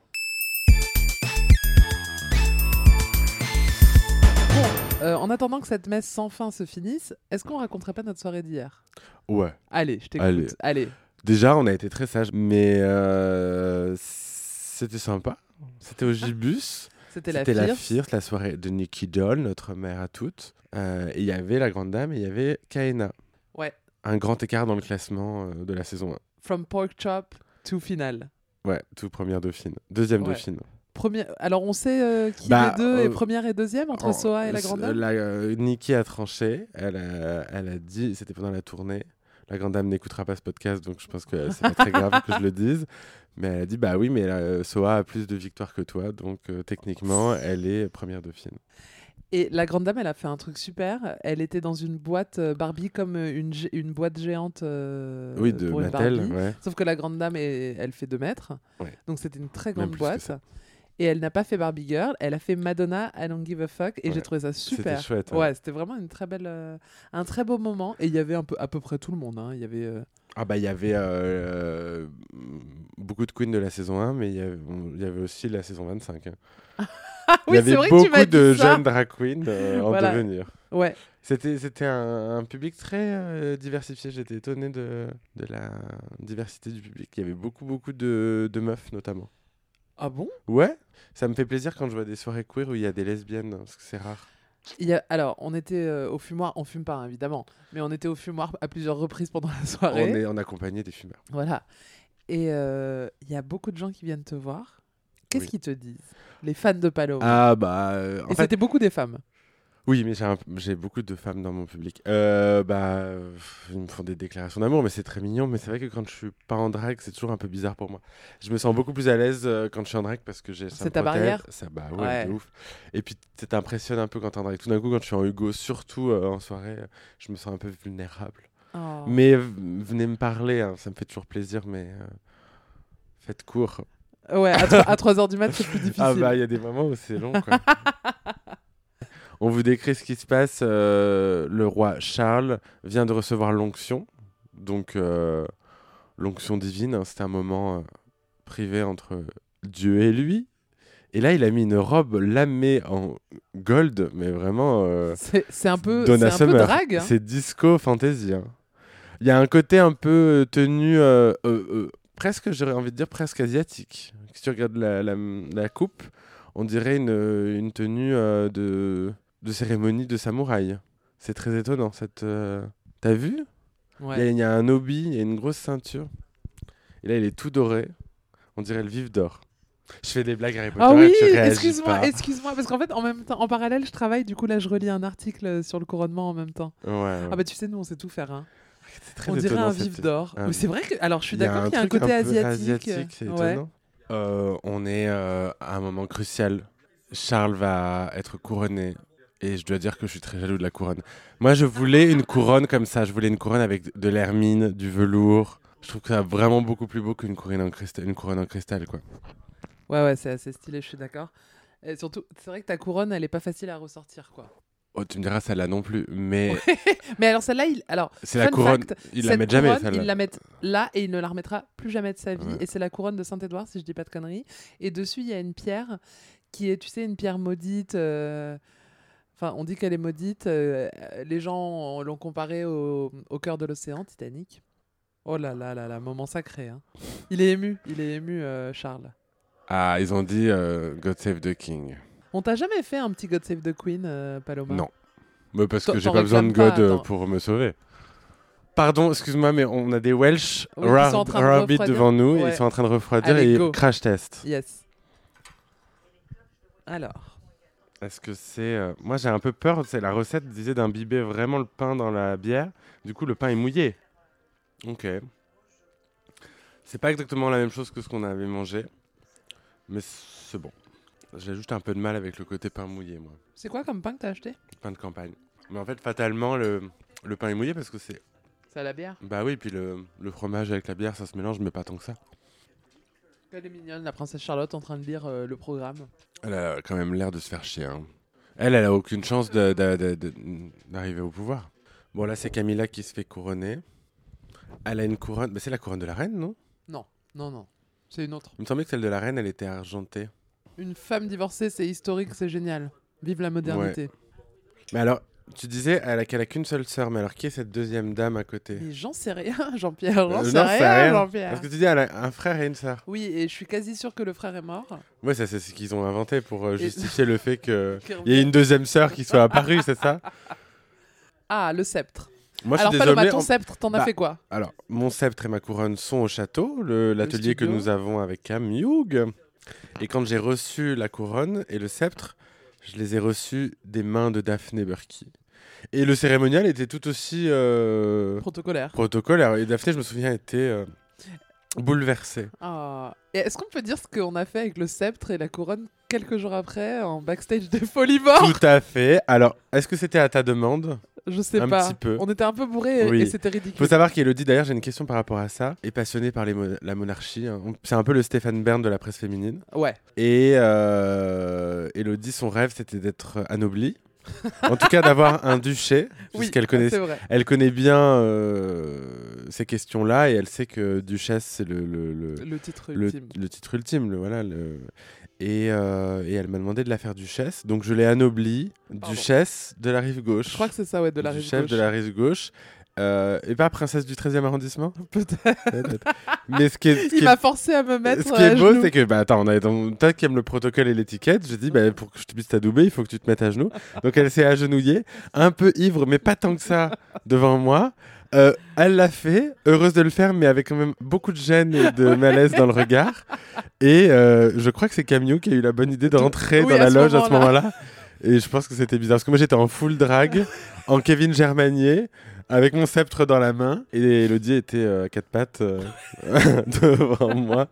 Speaker 1: Euh, en attendant que cette messe sans fin se finisse, est-ce qu'on raconterait pas notre soirée d'hier
Speaker 2: Ouais,
Speaker 1: Allez, je t'écoute. Allez.
Speaker 2: déjà, on a été très sages, mais euh, c'était sympa. C'était au Gibus,
Speaker 1: C'était la
Speaker 2: c'était la
Speaker 1: Fierce.
Speaker 2: Fierce, la soirée de Nikki Doll, notre mère à toutes. Euh, et il y avait la Grande Dame et il y avait Kaena.
Speaker 1: Ouais.
Speaker 2: Un grand écart dans le classement euh, de la saison 1.
Speaker 1: From pork chop to finale.
Speaker 2: Ouais, tout première Dauphine. Deuxième
Speaker 1: Ouais.
Speaker 2: Dauphine.
Speaker 1: Premier... Alors, on sait euh, qui
Speaker 2: Bah,
Speaker 1: les deux est
Speaker 2: euh,
Speaker 1: première et deuxième entre
Speaker 2: En-
Speaker 1: Soa et la
Speaker 2: s-
Speaker 1: Grande Dame
Speaker 2: la, euh, Nikki a tranché. Elle a, elle a dit, c'était pendant la tournée. La grande dame n'écoutera pas ce podcast, donc je pense que c'est pas très grave que je le dise. Mais elle a dit, bah oui, mais euh, Soa a plus de victoires que toi, donc euh, techniquement, elle est première dauphine.
Speaker 1: Et la grande dame, elle a fait un truc super. Elle était dans une boîte euh, Barbie comme euh, une, gé- une boîte géante euh,
Speaker 2: oui, de
Speaker 1: pour une
Speaker 2: Mattel,
Speaker 1: Barbie.
Speaker 2: ouais.
Speaker 1: Sauf que la grande dame, est- elle fait 2 mètres.
Speaker 2: Ouais.
Speaker 1: Donc c'était une très
Speaker 2: Même
Speaker 1: grande
Speaker 2: plus que
Speaker 1: boîte.
Speaker 2: ça.
Speaker 1: Et elle n'a pas fait Barbie Girl, elle a fait Madonna, I don't give a fuck. Et
Speaker 2: Ouais.
Speaker 1: j'ai trouvé ça
Speaker 2: C'était
Speaker 1: super.
Speaker 2: chouette. hein.
Speaker 1: Ouais, c'était vraiment une très belle, euh, un très beau moment. Et il y avait un peu, à peu près tout le monde. hein. Il y avait euh,
Speaker 2: Ah bah, il y avait euh, euh, beaucoup de queens de la saison 1, mais il y avait- on- il y avait aussi la saison 25. hein.
Speaker 1: Ah
Speaker 2: il y
Speaker 1: oui,
Speaker 2: avait
Speaker 1: c'est vrai que tu
Speaker 2: beaucoup
Speaker 1: m'as dit
Speaker 2: de
Speaker 1: ça.
Speaker 2: jeunes drag queens euh, en
Speaker 1: Voilà.
Speaker 2: devenir.
Speaker 1: Ouais,
Speaker 2: C'était, c'était un, un public très euh, diversifié. J'étais étonné de, de la diversité du public. Il y avait beaucoup, beaucoup de, de meufs, notamment.
Speaker 1: ah bon
Speaker 2: Ouais, ça me fait plaisir quand je vois des soirées queer où il y a des lesbiennes, hein, parce que c'est rare.
Speaker 1: Il y a- Alors, on était euh, au fumoir, on fume pas hein, évidemment, mais on était au fumoir à plusieurs reprises pendant la
Speaker 2: On
Speaker 1: soirée.
Speaker 2: est en accompagné des fumeurs.
Speaker 1: Voilà. Et euh, il y a beaucoup de gens qui viennent te voir. Qu'est-ce
Speaker 2: Oui.
Speaker 1: qu'ils te disent Les fans de Paloma.
Speaker 2: Ah bah... euh, en
Speaker 1: Et
Speaker 2: fait-
Speaker 1: c'était beaucoup des femmes.
Speaker 2: Oui, mais j'ai, un- j'ai beaucoup de femmes dans mon public. Euh, bah, euh, ils me font des déclarations d'amour, mais c'est très mignon. Mais c'est vrai que quand je suis pas en drague, c'est toujours un peu bizarre pour moi. Je me sens beaucoup plus à l'aise euh, quand je suis en drague parce que j'ai. ça
Speaker 1: C'est
Speaker 2: me
Speaker 1: ta
Speaker 2: protège.
Speaker 1: barrière
Speaker 2: Ça, bah ouais,
Speaker 1: Ouais.
Speaker 2: de ouf. Et puis, ça t'impressionne un peu quand t'es en drague. Tout d'un coup, quand je suis en Hugo, surtout euh, en soirée, euh, je me sens un peu vulnérable.
Speaker 1: Oh.
Speaker 2: Mais v- venez me parler, hein, ça me fait toujours plaisir, mais euh, faites court.
Speaker 1: Ouais, à, tro- à 3h du mat, c'est plus difficile.
Speaker 2: Ah bah il y a des moments où c'est long quoi. On vous décrit ce qui se passe. euh, le roi Charles vient de recevoir l'onction, donc euh, l'onction divine. hein, C'était un moment euh, privé entre Dieu et lui. Et là, il a mis une robe lamée en gold, mais vraiment. euh,
Speaker 1: C'est c'est un peu,
Speaker 2: Donna
Speaker 1: c'est un peu
Speaker 2: Summer.
Speaker 1: drague. hein.
Speaker 2: c'est disco fantasy. hein. Il y a un côté un peu euh, tenu, euh, euh, euh, presque, j'aurais envie de dire, presque asiatique. Si tu regardes la, la- la coupe, on dirait une, une tenue euh, de, de cérémonie de samouraï. C'est très étonnant. Cette, euh, T'as vu Il y a-
Speaker 1: Ouais.
Speaker 2: il y, a un obi, il y a une grosse ceinture. Et là, il est tout doré. On dirait le vif d'or. Je fais des blagues Harry Potter.
Speaker 1: Ah oui,
Speaker 2: tu réagis
Speaker 1: excuse-moi,
Speaker 2: pas.
Speaker 1: excuse-moi, parce qu'en fait, en même temps, en parallèle, je travaille, du coup, là, je relis un article euh, sur le couronnement en même temps.
Speaker 2: Ouais, ouais.
Speaker 1: Ah bah tu sais, nous, on sait tout faire. Hein.
Speaker 2: C'est très
Speaker 1: On dirait
Speaker 2: étonnant,
Speaker 1: un
Speaker 2: cette-
Speaker 1: vif d'or.
Speaker 2: Ah
Speaker 1: Mais
Speaker 2: oui.
Speaker 1: c'est vrai que, alors, je suis
Speaker 2: Il y a
Speaker 1: d'accord qu'il y a un
Speaker 2: truc
Speaker 1: côté
Speaker 2: peu
Speaker 1: asiatique. euh,
Speaker 2: asiatique, c'est
Speaker 1: ouais.
Speaker 2: étonnant. Euh, on est euh, à un moment crucial. Charles va être couronné. Et je dois dire que je suis très jaloux de la couronne. Moi, je voulais une couronne comme ça. Je voulais une couronne avec de l'hermine, du velours. Je trouve que ça vraiment beaucoup plus beau qu'une couronne en cristal. Une couronne en cristal, quoi.
Speaker 1: Ouais, ouais, c'est assez stylé, je suis d'accord. Et surtout, c'est vrai que ta couronne, elle est pas facile à ressortir, quoi.
Speaker 2: Oh, tu me diras celle-là non plus, mais
Speaker 1: Mais alors, celle-là, il... alors,
Speaker 2: c'est la
Speaker 1: Fun
Speaker 2: couronne.
Speaker 1: fact,
Speaker 2: ils la
Speaker 1: cette
Speaker 2: mettent jamais,
Speaker 1: couronne,
Speaker 2: celle-là.
Speaker 1: Ils la mettent là et il ne la remettra plus jamais de sa vie.
Speaker 2: Ouais.
Speaker 1: Et c'est la couronne de Saint-Édouard, si je dis pas de conneries. Et dessus, il y a une pierre qui est, tu sais, une pierre maudite. euh, Enfin, on dit qu'elle est maudite. euh, Les gens en- l'ont comparée au, au cœur de l'océan, Titanic. Oh là là là là, moment sacré. hein. Il est ému, il est ému, euh, Charles.
Speaker 2: Ah, ils ont dit euh, God Save the King.
Speaker 1: On t'a jamais fait un petit God Save the Queen, euh, Paloma
Speaker 2: Non. Mais parce
Speaker 1: T'en-
Speaker 2: que j'ai
Speaker 1: t'en
Speaker 2: pas besoin de
Speaker 1: réclames
Speaker 2: God
Speaker 1: pas,
Speaker 2: euh,
Speaker 1: attends.
Speaker 2: pour me sauver. Pardon, excuse-moi, mais on a des Welsh
Speaker 1: Oui, qui
Speaker 2: Ra-
Speaker 1: sont en train de
Speaker 2: Rabbit
Speaker 1: refroidir.
Speaker 2: devant nous.
Speaker 1: Ouais.
Speaker 2: Ils sont en train de refroidir
Speaker 1: Allez,
Speaker 2: et
Speaker 1: go.
Speaker 2: crash test.
Speaker 1: Yes. Alors,
Speaker 2: Est-ce que c'est. euh, Moi, j'ai un peu peur. C'est la recette disait d'imbiber vraiment le pain dans la bière. Du coup, le pain est mouillé. Ok. C'est pas exactement la même chose que ce qu'on avait mangé. Mais c'est bon. J'ai juste un peu de mal avec le côté pain mouillé, moi.
Speaker 1: c'est quoi comme pain que t'as acheté
Speaker 2: Pain de campagne. Mais en fait, fatalement, le, le pain est mouillé parce que c'est.
Speaker 1: C'est à la bière.
Speaker 2: Bah oui, puis le, le fromage avec la bière, ça se mélange, mais pas tant que ça.
Speaker 1: Elle est mignonne, la princesse Charlotte en train de lire euh, le programme.
Speaker 2: Elle a quand même l'air de se faire chier. hein. Elle, elle a aucune chance de- de- de- de- d'arriver au pouvoir. Bon, là, c'est Camilla qui se fait couronner. Elle a une couronne. Bah, c'est la couronne de la reine, non
Speaker 1: Non, non, non. C'est une autre.
Speaker 2: Il me semblait que celle de la reine, elle était argentée.
Speaker 1: Une femme divorcée, c'est historique, c'est génial. Vive la modernité.
Speaker 2: Mais alors, tu disais elle a- qu'elle a qu'une seule sœur, mais alors qui est cette deuxième dame à côté
Speaker 1: Mais j'en sais rien, Jean-Pierre. J'en
Speaker 2: Euh,
Speaker 1: sais
Speaker 2: non, c'est
Speaker 1: rien,
Speaker 2: rien.
Speaker 1: Jean-Pierre.
Speaker 2: Parce que tu dis elle a un frère et une sœur.
Speaker 1: Oui, et je suis quasi sûre que le frère est mort.
Speaker 2: Ouais, ça, c'est ce qu'ils ont inventé pour euh,
Speaker 1: Et-
Speaker 2: justifier le fait qu'il y ait une deuxième sœur qui soit apparue, c'est ça
Speaker 1: Ah, le sceptre.
Speaker 2: Moi,
Speaker 1: Alors,
Speaker 2: je suis
Speaker 1: Paloma,
Speaker 2: désolé.
Speaker 1: ton
Speaker 2: on-
Speaker 1: sceptre, t'en as
Speaker 2: Bah,
Speaker 1: fait quoi
Speaker 2: Alors, mon sceptre et ma couronne sont au château, le- l'atelier que
Speaker 1: studio.
Speaker 2: nous avons avec Cam Youg. Et quand j'ai reçu la couronne et le sceptre, je les ai reçus des mains de Daphné Burki. Et le cérémonial était tout aussi euh,
Speaker 1: Protocolaire.
Speaker 2: protocolaire. Et Daphné, je me souviens, était euh, bouleversée.
Speaker 1: Ah. Et est-ce qu'on peut dire ce qu'on a fait avec le sceptre et la couronne quelques jours après en backstage de Folivore
Speaker 2: Tout à fait. Alors, est-ce que c'était à ta demande
Speaker 1: Je sais
Speaker 2: un
Speaker 1: pas.
Speaker 2: petit peu.
Speaker 1: On était un peu bourrés
Speaker 2: Oui.
Speaker 1: et c'était
Speaker 2: Il faut
Speaker 1: ridicule.
Speaker 2: savoir qu'Elodie, d'ailleurs, j'ai une question par rapport à ça, est passionnée par les mo- la monarchie. hein. On- C'est un peu le Stéphane Bern de la presse féminine.
Speaker 1: Ouais.
Speaker 2: Et euh, Elodie, son rêve, c'était d'être anoblie. en tout cas, d'avoir un duché.
Speaker 1: Oui, ah,
Speaker 2: puisqu'elle connaît,
Speaker 1: c'est vrai.
Speaker 2: elle connaît bien euh, ces questions-là et elle sait que duchesse, c'est le, le, le,
Speaker 1: Le titre
Speaker 2: le-
Speaker 1: ultime.
Speaker 2: le titre ultime. le- voilà, le- Et, euh, et elle m'a demandé de la faire duchesse. Donc, je l'ai anoblie,
Speaker 1: Pardon.
Speaker 2: duchesse de la rive gauche.
Speaker 1: Je crois que c'est ça, ouais, de la rive
Speaker 2: Duchesse
Speaker 1: gauche.
Speaker 2: de la rive gauche. Euh, et pas princesse du 13e arrondissement
Speaker 1: Peut-être.
Speaker 2: peut-être. Mais ce qui est, ce
Speaker 1: Il
Speaker 2: qui est
Speaker 1: m'a forcé à me mettre.
Speaker 2: ce qui est
Speaker 1: à
Speaker 2: beau,
Speaker 1: genoux.
Speaker 2: c'est que, bah attends, on est dans. Toi qui aimes le protocole et l'étiquette, j'ai dit, bah, pour que je te puisse t'adouber, il faut que tu te mettes à genoux. Donc elle s'est agenouillée, un peu ivre, mais pas tant que ça, devant moi. Euh, elle l'a fait, heureuse de le faire, mais avec quand même beaucoup de gêne et de malaise dans le regard. Et euh, je crois que c'est Camille qui a eu la bonne idée de
Speaker 1: Tout-
Speaker 2: rentrer
Speaker 1: oui,
Speaker 2: dans
Speaker 1: à
Speaker 2: la
Speaker 1: ce
Speaker 2: loge à ce
Speaker 1: moment-là.
Speaker 2: moment-là. Et je pense que c'était bizarre, parce que moi j'étais en full drag, en Kevin Germanier, avec mon sceptre dans la main, et Elodie était euh, à quatre pattes euh, devant moi.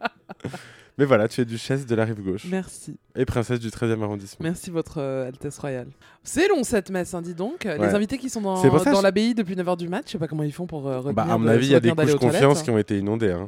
Speaker 2: Mais voilà, tu es duchesse de la rive gauche
Speaker 1: Merci.
Speaker 2: et princesse du 13e arrondissement.
Speaker 1: Merci, votre euh, Altesse Royale. C'est long cette messe, hein, dis donc. Les
Speaker 2: Ouais.
Speaker 1: invités qui sont dans,
Speaker 2: C'est pour ça
Speaker 1: dans
Speaker 2: que-
Speaker 1: l'abbaye depuis 9h du match, je sais pas comment ils font pour euh, retenir.
Speaker 2: Bah, à mon
Speaker 1: de-
Speaker 2: avis, il y a
Speaker 1: se
Speaker 2: des
Speaker 1: retenir d'aller
Speaker 2: couches
Speaker 1: aux toilettes.
Speaker 2: confiance qui ont été inondées. hein.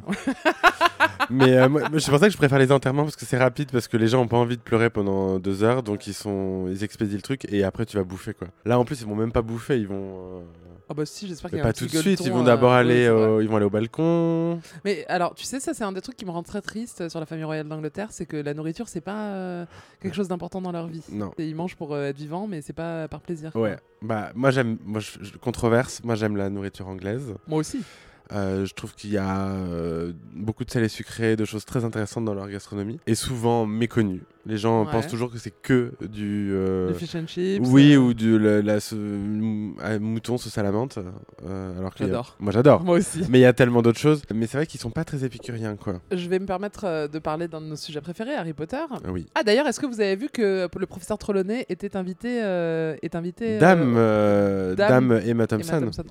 Speaker 2: mais euh, moi, moi, c'est pour ça que je préfère les enterrements parce que c'est rapide, parce que les gens ont pas envie de pleurer pendant deux heures, donc ils sont, ils expédient le truc et après tu vas bouffer quoi. Là en plus ils vont même pas bouffer, ils vont. euh,
Speaker 1: Ah bah si, j'espère qu'il
Speaker 2: mais
Speaker 1: y a
Speaker 2: pas
Speaker 1: un
Speaker 2: tout
Speaker 1: petit
Speaker 2: de suite, ils
Speaker 1: gueuleton,
Speaker 2: vont
Speaker 1: euh,
Speaker 2: d'abord
Speaker 1: oui,
Speaker 2: aller,
Speaker 1: c'est vrai.
Speaker 2: euh, ils vont aller au balcon.
Speaker 1: Mais alors, tu sais, ça c'est un des trucs qui me rend très triste euh, sur la famille royale d'Angleterre, c'est que la nourriture c'est pas euh, quelque chose d'important dans leur vie.
Speaker 2: Non.
Speaker 1: Et ils mangent pour euh, être vivants, mais c'est pas par plaisir. quoi.
Speaker 2: Ouais. Bah moi j'aime, moi je, je- controverse, moi j'aime la nourriture anglaise.
Speaker 1: Moi aussi.
Speaker 2: Euh, je trouve qu'il y a euh, beaucoup de salés sucrés, de choses très intéressantes dans leur gastronomie et souvent méconnues. Les gens
Speaker 1: Ouais.
Speaker 2: pensent toujours que c'est que du. euh,
Speaker 1: Le fish and chips.
Speaker 2: oui,
Speaker 1: euh,
Speaker 2: ou du la, la sau- mou- ah, mouton sauce à la menthe. euh, alors que
Speaker 1: J'adore.
Speaker 2: Moi j'adore.
Speaker 1: Moi aussi.
Speaker 2: Mais il y a tellement d'autres choses. Mais c'est vrai qu'ils sont pas très épicuriens, quoi.
Speaker 1: Je vais me permettre euh, de parler d'un de nos sujets préférés, Harry Potter.
Speaker 2: Ah Oui.
Speaker 1: Ah d'ailleurs, est-ce que vous avez vu que le professeur Trelawney était invité euh, est invité euh,
Speaker 2: Dame, euh,
Speaker 1: Dame
Speaker 2: Dame, Emma,
Speaker 1: Emma
Speaker 2: Thompson.
Speaker 1: Thompson.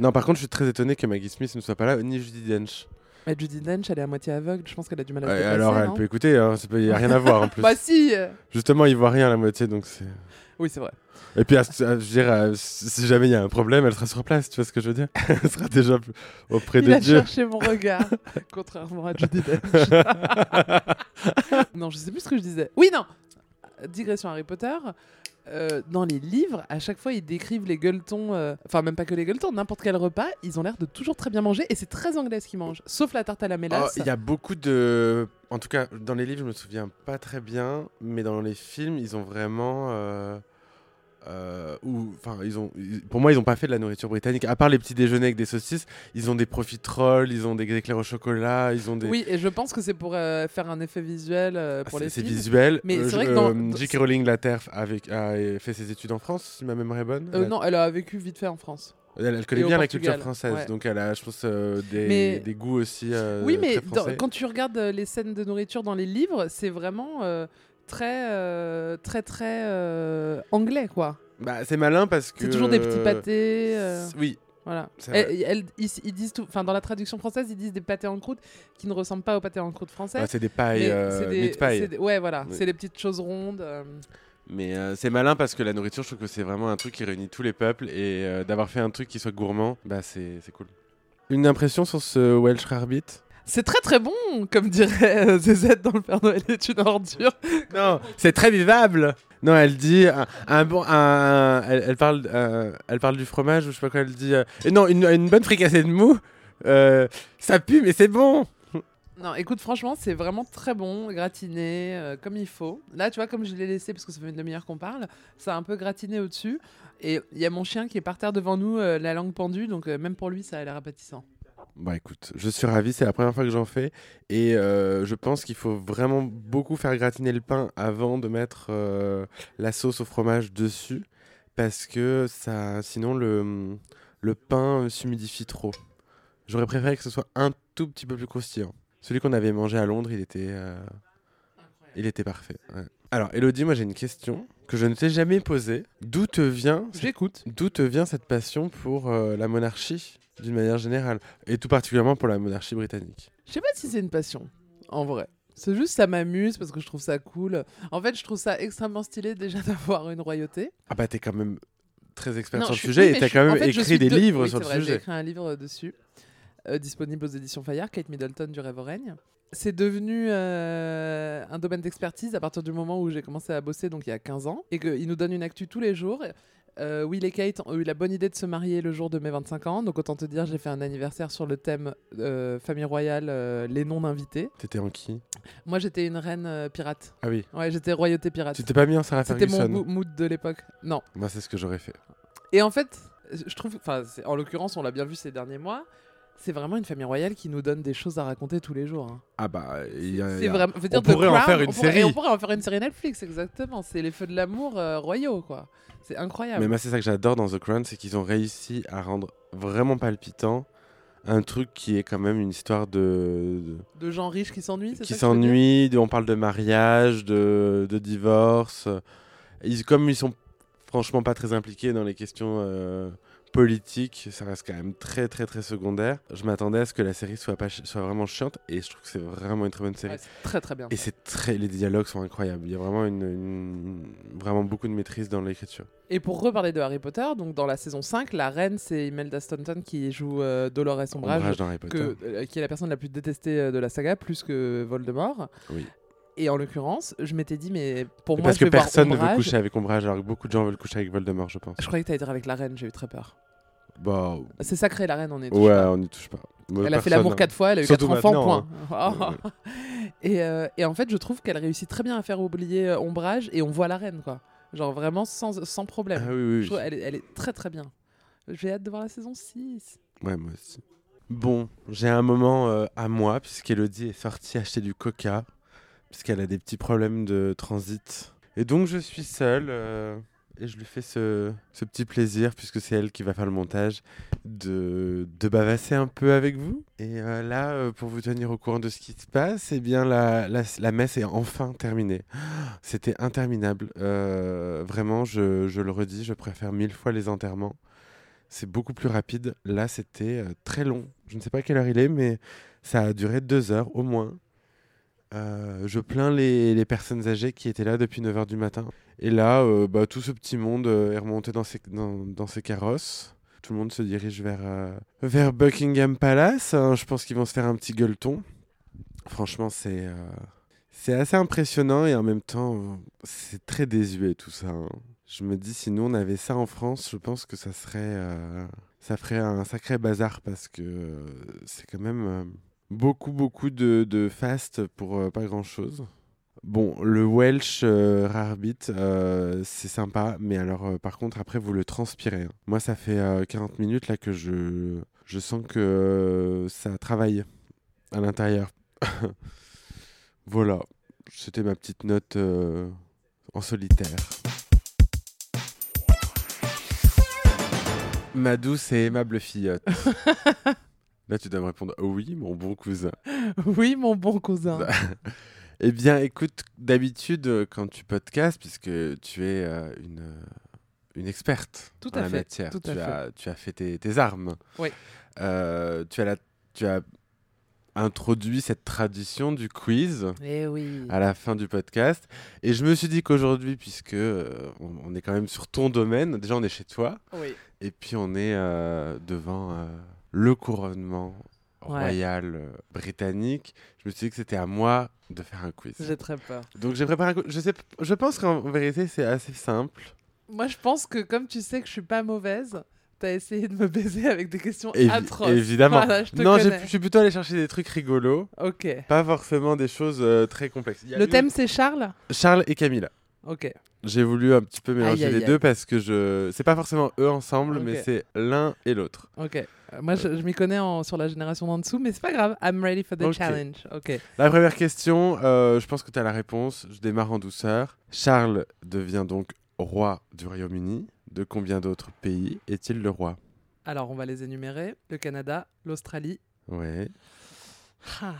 Speaker 2: Non, par contre, je suis très étonné que Maggie Smith ne soit pas là, ni Judy Dench.
Speaker 1: Mais Judy Dench, elle est à moitié aveugle. Je pense qu'elle a du mal à se
Speaker 2: Ouais,
Speaker 1: déplacer.
Speaker 2: alors, elle
Speaker 1: non
Speaker 2: peut écouter, hein, ça peut- il n'y a rien à voir en plus.
Speaker 1: Bah si. euh,
Speaker 2: Justement, il voit rien à la moitié, donc c'est.
Speaker 1: Oui, c'est vrai.
Speaker 2: Et puis, à- à- je dirais, si jamais il y a un problème, elle sera sur place, tu vois ce que je veux dire Elle sera déjà p- auprès
Speaker 1: Il
Speaker 2: de
Speaker 1: a
Speaker 2: Dieu.
Speaker 1: cherché mon regard, contrairement à Judy Dench. non, je sais plus ce que je disais. Oui, non. Digression Harry Potter. Euh, dans les livres, à chaque fois, ils décrivent les gueuletons, euh, enfin même pas que les gueuletons, n'importe quel repas, ils ont l'air de toujours très bien manger et c'est très anglais ce qu'ils mangent, sauf la tarte à la
Speaker 2: Oh,
Speaker 1: mélasse.
Speaker 2: Il y a beaucoup de. En tout cas, dans les livres, je me souviens pas très bien, mais dans les films, ils ont vraiment. euh, euh, ou, enfin, ils ont, ils- pour moi, ils n'ont pas fait de la nourriture britannique. À part les petits déjeuners avec des saucisses, ils ont des profiteroles, ils ont des éclairs au chocolat, ils ont des.
Speaker 1: Oui, et je pense que c'est pour euh, faire un effet visuel euh,
Speaker 2: Ah,
Speaker 1: pour
Speaker 2: c'est-
Speaker 1: les
Speaker 2: C'est
Speaker 1: films.
Speaker 2: visuel.
Speaker 1: Mais
Speaker 2: Euh,
Speaker 1: c'est vrai
Speaker 2: je-
Speaker 1: que dans-
Speaker 2: euh, J.K. Rowling, la TERF, avec, a fait ses études en France, si ma mémoire est bonne.
Speaker 1: Euh,
Speaker 2: Elle a-
Speaker 1: non, elle a vécu vite fait en France.
Speaker 2: Elle, elle connaît
Speaker 1: au
Speaker 2: bien la
Speaker 1: Portugal,
Speaker 2: culture française,
Speaker 1: ouais.
Speaker 2: donc elle a, je pense, euh, des,
Speaker 1: Mais-
Speaker 2: des goûts aussi. euh,
Speaker 1: oui, mais
Speaker 2: très
Speaker 1: dans-
Speaker 2: français.
Speaker 1: quand tu regardes euh, les scènes de nourriture dans les livres, c'est vraiment euh, très, euh, très, très euh, anglais, quoi.
Speaker 2: Bah, c'est malin parce que.
Speaker 1: C'est toujours des petits pâtés. euh,
Speaker 2: Oui.
Speaker 1: Voilà.
Speaker 2: c'est
Speaker 1: Et-
Speaker 2: vrai.
Speaker 1: et elles- ils, ils disent tout. Enfin, dans la traduction française, ils disent des pâtés en croûte qui ne ressemblent pas aux pâtés en croûte
Speaker 2: Ah,
Speaker 1: française.
Speaker 2: c'est des pailles, euh,
Speaker 1: c'est
Speaker 2: meat pie.
Speaker 1: c'est des- ouais, voilà.
Speaker 2: Oui.
Speaker 1: C'est des petites choses rondes. euh.
Speaker 2: Mais euh, c'est malin parce que la nourriture, je trouve que c'est vraiment un truc qui réunit tous les peuples et euh, d'avoir fait un truc qui soit gourmand, bah c'est c'est cool. Une impression sur ce Welsh Rarebit
Speaker 1: C'est très très bon, comme dirait euh, ZZ dans le Père Noël est une ordure.
Speaker 2: Non, c'est très vivable. Non, elle dit un, un bon, un- elle, elle parle, euh, elle parle du fromage ou je sais pas quoi. Elle dit euh, et non une, une bonne fricassée de mou, euh, ça pue mais c'est bon.
Speaker 1: Non, écoute, franchement, c'est vraiment très bon, gratiné euh, comme il faut. Là, tu vois, comme je l'ai laissé, parce que ça fait une demi-heure qu'on parle, ça a un peu gratiné au-dessus. Et il y a mon chien qui est par terre devant nous, euh, la langue pendue, donc euh, même pour lui, ça a l'air appétissant.
Speaker 2: Bah écoute, je suis ravi, c'est la première fois que j'en fais et euh, je pense qu'il faut vraiment beaucoup faire gratiner le pain avant de mettre euh, la sauce au fromage dessus parce que ça, sinon le, le pain euh, s'humidifie trop. J'aurais préféré que ce soit un tout petit peu plus croustillant. Celui qu'on avait mangé à Londres, il était, euh, il était parfait. ouais. Alors Elodie, moi j'ai une question que je ne t'ai jamais posée. D'où te vient cette
Speaker 1: J'écoute.
Speaker 2: D'où te vient cette passion pour euh, la monarchie, d'une manière générale, et tout particulièrement pour la monarchie britannique
Speaker 1: Je sais pas si c'est une passion, en vrai. C'est juste ça m'amuse parce que je trouve ça cool. En fait, je trouve ça extrêmement stylé déjà d'avoir une royauté.
Speaker 2: Ah bah t'es quand même très expert
Speaker 1: Non,
Speaker 2: sur le
Speaker 1: je suis-
Speaker 2: sujet,
Speaker 1: oui, mais
Speaker 2: et t'as
Speaker 1: je suis-
Speaker 2: quand
Speaker 1: en
Speaker 2: même
Speaker 1: fait, je suis
Speaker 2: écrit des
Speaker 1: de-
Speaker 2: livres
Speaker 1: oui,
Speaker 2: sur le
Speaker 1: c'est vrai, J'ai
Speaker 2: sujet.
Speaker 1: écrit un livre euh, dessus, euh, disponible aux éditions Fayard, Kate Middleton du Rêve au règne. C'est devenu euh, un domaine d'expertise à partir du moment où j'ai commencé à bosser, donc il y a 15 ans, et qu'il nous donne une actu tous les jours. Euh, Will et Kate ont eu la bonne idée de se marier le jour de mes 25 ans, donc autant te dire, j'ai fait un anniversaire sur le thème euh, famille royale, euh, les non invités.
Speaker 2: T'étais en qui
Speaker 1: Moi, j'étais une reine euh, pirate.
Speaker 2: Ah oui.
Speaker 1: Ouais, j'étais royauté pirate.
Speaker 2: Tu t'es pas mis en Sarah
Speaker 1: C'était mon mo-
Speaker 2: Ferguson
Speaker 1: mood de l'époque. Non.
Speaker 2: Moi c'est ce que j'aurais fait.
Speaker 1: Et en fait, je trouve, enfin, c'est- en l'occurrence, on l'a bien vu ces derniers mois, c'est vraiment une famille royale qui nous donne des choses à raconter tous les jours. hein.
Speaker 2: Ah bah... il y a- il y
Speaker 1: C'est
Speaker 2: a-
Speaker 1: vraiment. veut
Speaker 2: on
Speaker 1: The
Speaker 2: pourrait en
Speaker 1: Crown,
Speaker 2: faire une
Speaker 1: on pourrait- et
Speaker 2: série.
Speaker 1: on pourrait en faire une série Netflix, exactement. C'est les feux de l'amour euh, royaux, quoi. C'est incroyable.
Speaker 2: Mais moi c'est ça que j'adore dans The Crown, c'est qu'ils ont réussi à rendre vraiment palpitant un truc qui est quand même une histoire de- de
Speaker 1: De gens riches qui s'ennuient, c'est
Speaker 2: qui
Speaker 1: ça que tu veux dire
Speaker 2: s'ennuient, de- on parle de mariage, de, de divorce. Ils, comme ils sont franchement pas très impliqués dans les questions euh, politiques, ça reste quand même très très très secondaire. Je m'attendais à ce que la série soit, pas chi- soit vraiment chiante et je trouve que c'est vraiment une très bonne série.
Speaker 1: Ouais, c'est Très très bien.
Speaker 2: Et c'est très, les dialogues sont incroyables. Il y a vraiment une, une- vraiment beaucoup de maîtrise dans l'écriture.
Speaker 1: Et pour reparler de Harry Potter, donc dans la saison 5, la reine, c'est Imelda Staunton qui joue euh, Dolores Ombrage,
Speaker 2: Ombrage dans Harry Potter.
Speaker 1: que- euh, qui est la personne la plus détestée euh, de la saga, plus que Voldemort.
Speaker 2: Oui.
Speaker 1: Et en l'occurrence, je m'étais dit, mais pour moi,
Speaker 2: Parce
Speaker 1: je
Speaker 2: que
Speaker 1: vais voir
Speaker 2: personne ne veut
Speaker 1: Ombrage.
Speaker 2: coucher avec Ombrage, alors que beaucoup de gens veulent coucher avec Voldemort, je pense.
Speaker 1: Je croyais que t'allais dire avec la reine, j'ai eu très peur.
Speaker 2: Bah,
Speaker 1: C'est sacré la reine, on est touche
Speaker 2: ouais,
Speaker 1: pas.
Speaker 2: on n'y touche pas.
Speaker 1: Elle a
Speaker 2: Ouais,
Speaker 1: fait
Speaker 2: personne,
Speaker 1: l'amour
Speaker 2: hein.
Speaker 1: quatre fois, elle a eu
Speaker 2: Surtout
Speaker 1: quatre enfants, point.
Speaker 2: maintenant, hein.
Speaker 1: et, euh, et en fait, je trouve qu'elle réussit très bien à faire oublier euh, Ombrage et on voit la reine, quoi. Genre vraiment sans, sans
Speaker 2: Ah
Speaker 1: problème.
Speaker 2: oui, oui,
Speaker 1: Je
Speaker 2: oui.
Speaker 1: trouve elle, est- elle est très très bien. J'ai hâte de voir la saison 6.
Speaker 2: Ouais, moi aussi. Bon, j'ai un moment euh, à moi, puisqu'Elodie est sortie acheter du coca, puisqu'elle a des petits problèmes de transit. Et donc je suis seule, euh, et je lui fais ce, ce petit plaisir, puisque c'est elle qui va faire le montage, de, de bavasser un peu avec vous. Et euh, là, euh, pour vous tenir au courant de ce qui se passe, eh bien la, la, la messe est enfin terminée. C'était interminable. Euh, vraiment, je, je le redis, je préfère mille fois les enterrements. C'est beaucoup plus rapide. Là, c'était euh, très long. Je ne sais pas à quelle heure il est, mais ça a duré deux heures au moins. Euh, je plains les, les personnes âgées qui étaient là depuis 9h du matin. Et là, euh, bah, tout ce petit monde euh, est remonté dans ses, dans, dans ses carrosses. Tout le monde se dirige vers, euh, vers Buckingham Palace. Hein, je pense qu'ils vont se faire un petit gueuleton. Franchement, c'est euh, c'est assez impressionnant et en même temps, euh, c'est très désuet tout ça. hein. Je me dis, si nous on avait ça en France, je pense que ça serait. euh, ça ferait un sacré bazar parce que euh, c'est quand même euh, beaucoup, beaucoup de, de fast pour euh, pas grand chose. Bon, le Welsh euh, Rarebit, euh, c'est sympa, mais alors euh, par contre, après vous le transpirez. hein. Moi, ça fait euh, 40 minutes là que je, je sens que euh, ça travaille à l'intérieur. Voilà, c'était ma petite note euh, en solitaire. Ma douce et aimable filleute. Là, tu dois me répondre Oh oui, mon bon cousin.
Speaker 1: Oui, mon bon cousin.
Speaker 2: Bah, Eh bien, écoute, d'habitude, euh, quand tu podcastes, puisque tu es euh, une, euh, une experte
Speaker 1: Tout
Speaker 2: en
Speaker 1: à
Speaker 2: la
Speaker 1: fait,
Speaker 2: matière,
Speaker 1: tout
Speaker 2: tu,
Speaker 1: à fait.
Speaker 2: As, tu as fait tes, tes armes.
Speaker 1: Oui.
Speaker 2: Euh, tu, as la- tu as introduit cette tradition du quiz
Speaker 1: Eh oui.
Speaker 2: à la fin du podcast. Et je me suis dit qu'aujourd'hui, puisque euh, on, on est quand même sur ton domaine, déjà on est chez toi,
Speaker 1: Oui.
Speaker 2: et puis on est euh, devant euh, le couronnement
Speaker 1: Ouais.
Speaker 2: royal euh, britannique, je me suis dit que c'était à moi de faire un quiz.
Speaker 1: J'ai très peur.
Speaker 2: Donc j'ai préparé un quiz. Je, sais, p- je pense qu'en vérité c'est assez simple.
Speaker 1: Moi, je pense que comme tu sais que je suis pas mauvaise, t'as essayé de me baiser avec des questions
Speaker 2: Évi-
Speaker 1: atroces.
Speaker 2: Évidemment.
Speaker 1: Voilà, je te
Speaker 2: non, j'ai-
Speaker 1: connais.
Speaker 2: je suis plutôt allé chercher des trucs rigolos,
Speaker 1: Ok.
Speaker 2: pas forcément des choses euh, très complexes. Il y a
Speaker 1: Le
Speaker 2: eu
Speaker 1: thème, c'est Charles
Speaker 2: Charles et Camilla.
Speaker 1: Ok.
Speaker 2: J'ai voulu un petit peu mélanger
Speaker 1: Aïe,
Speaker 2: les
Speaker 1: aïe,
Speaker 2: deux parce que je c'est pas forcément eux ensemble, mais
Speaker 1: Ok.
Speaker 2: c'est l'un et l'autre.
Speaker 1: Ok. Euh, Moi, je, je m'y connais en- sur la génération d'en dessous, mais c'est pas grave. I'm ready for the
Speaker 2: Ok.
Speaker 1: challenge. Ok.
Speaker 2: La première question, euh, je pense que tu as la réponse. Je démarre en douceur. Charles devient donc roi du Royaume-Uni. De combien d'autres pays est-il le roi
Speaker 1: Alors, on va les énumérer. Le Canada, l'Australie.
Speaker 2: Ouais.
Speaker 1: Ah.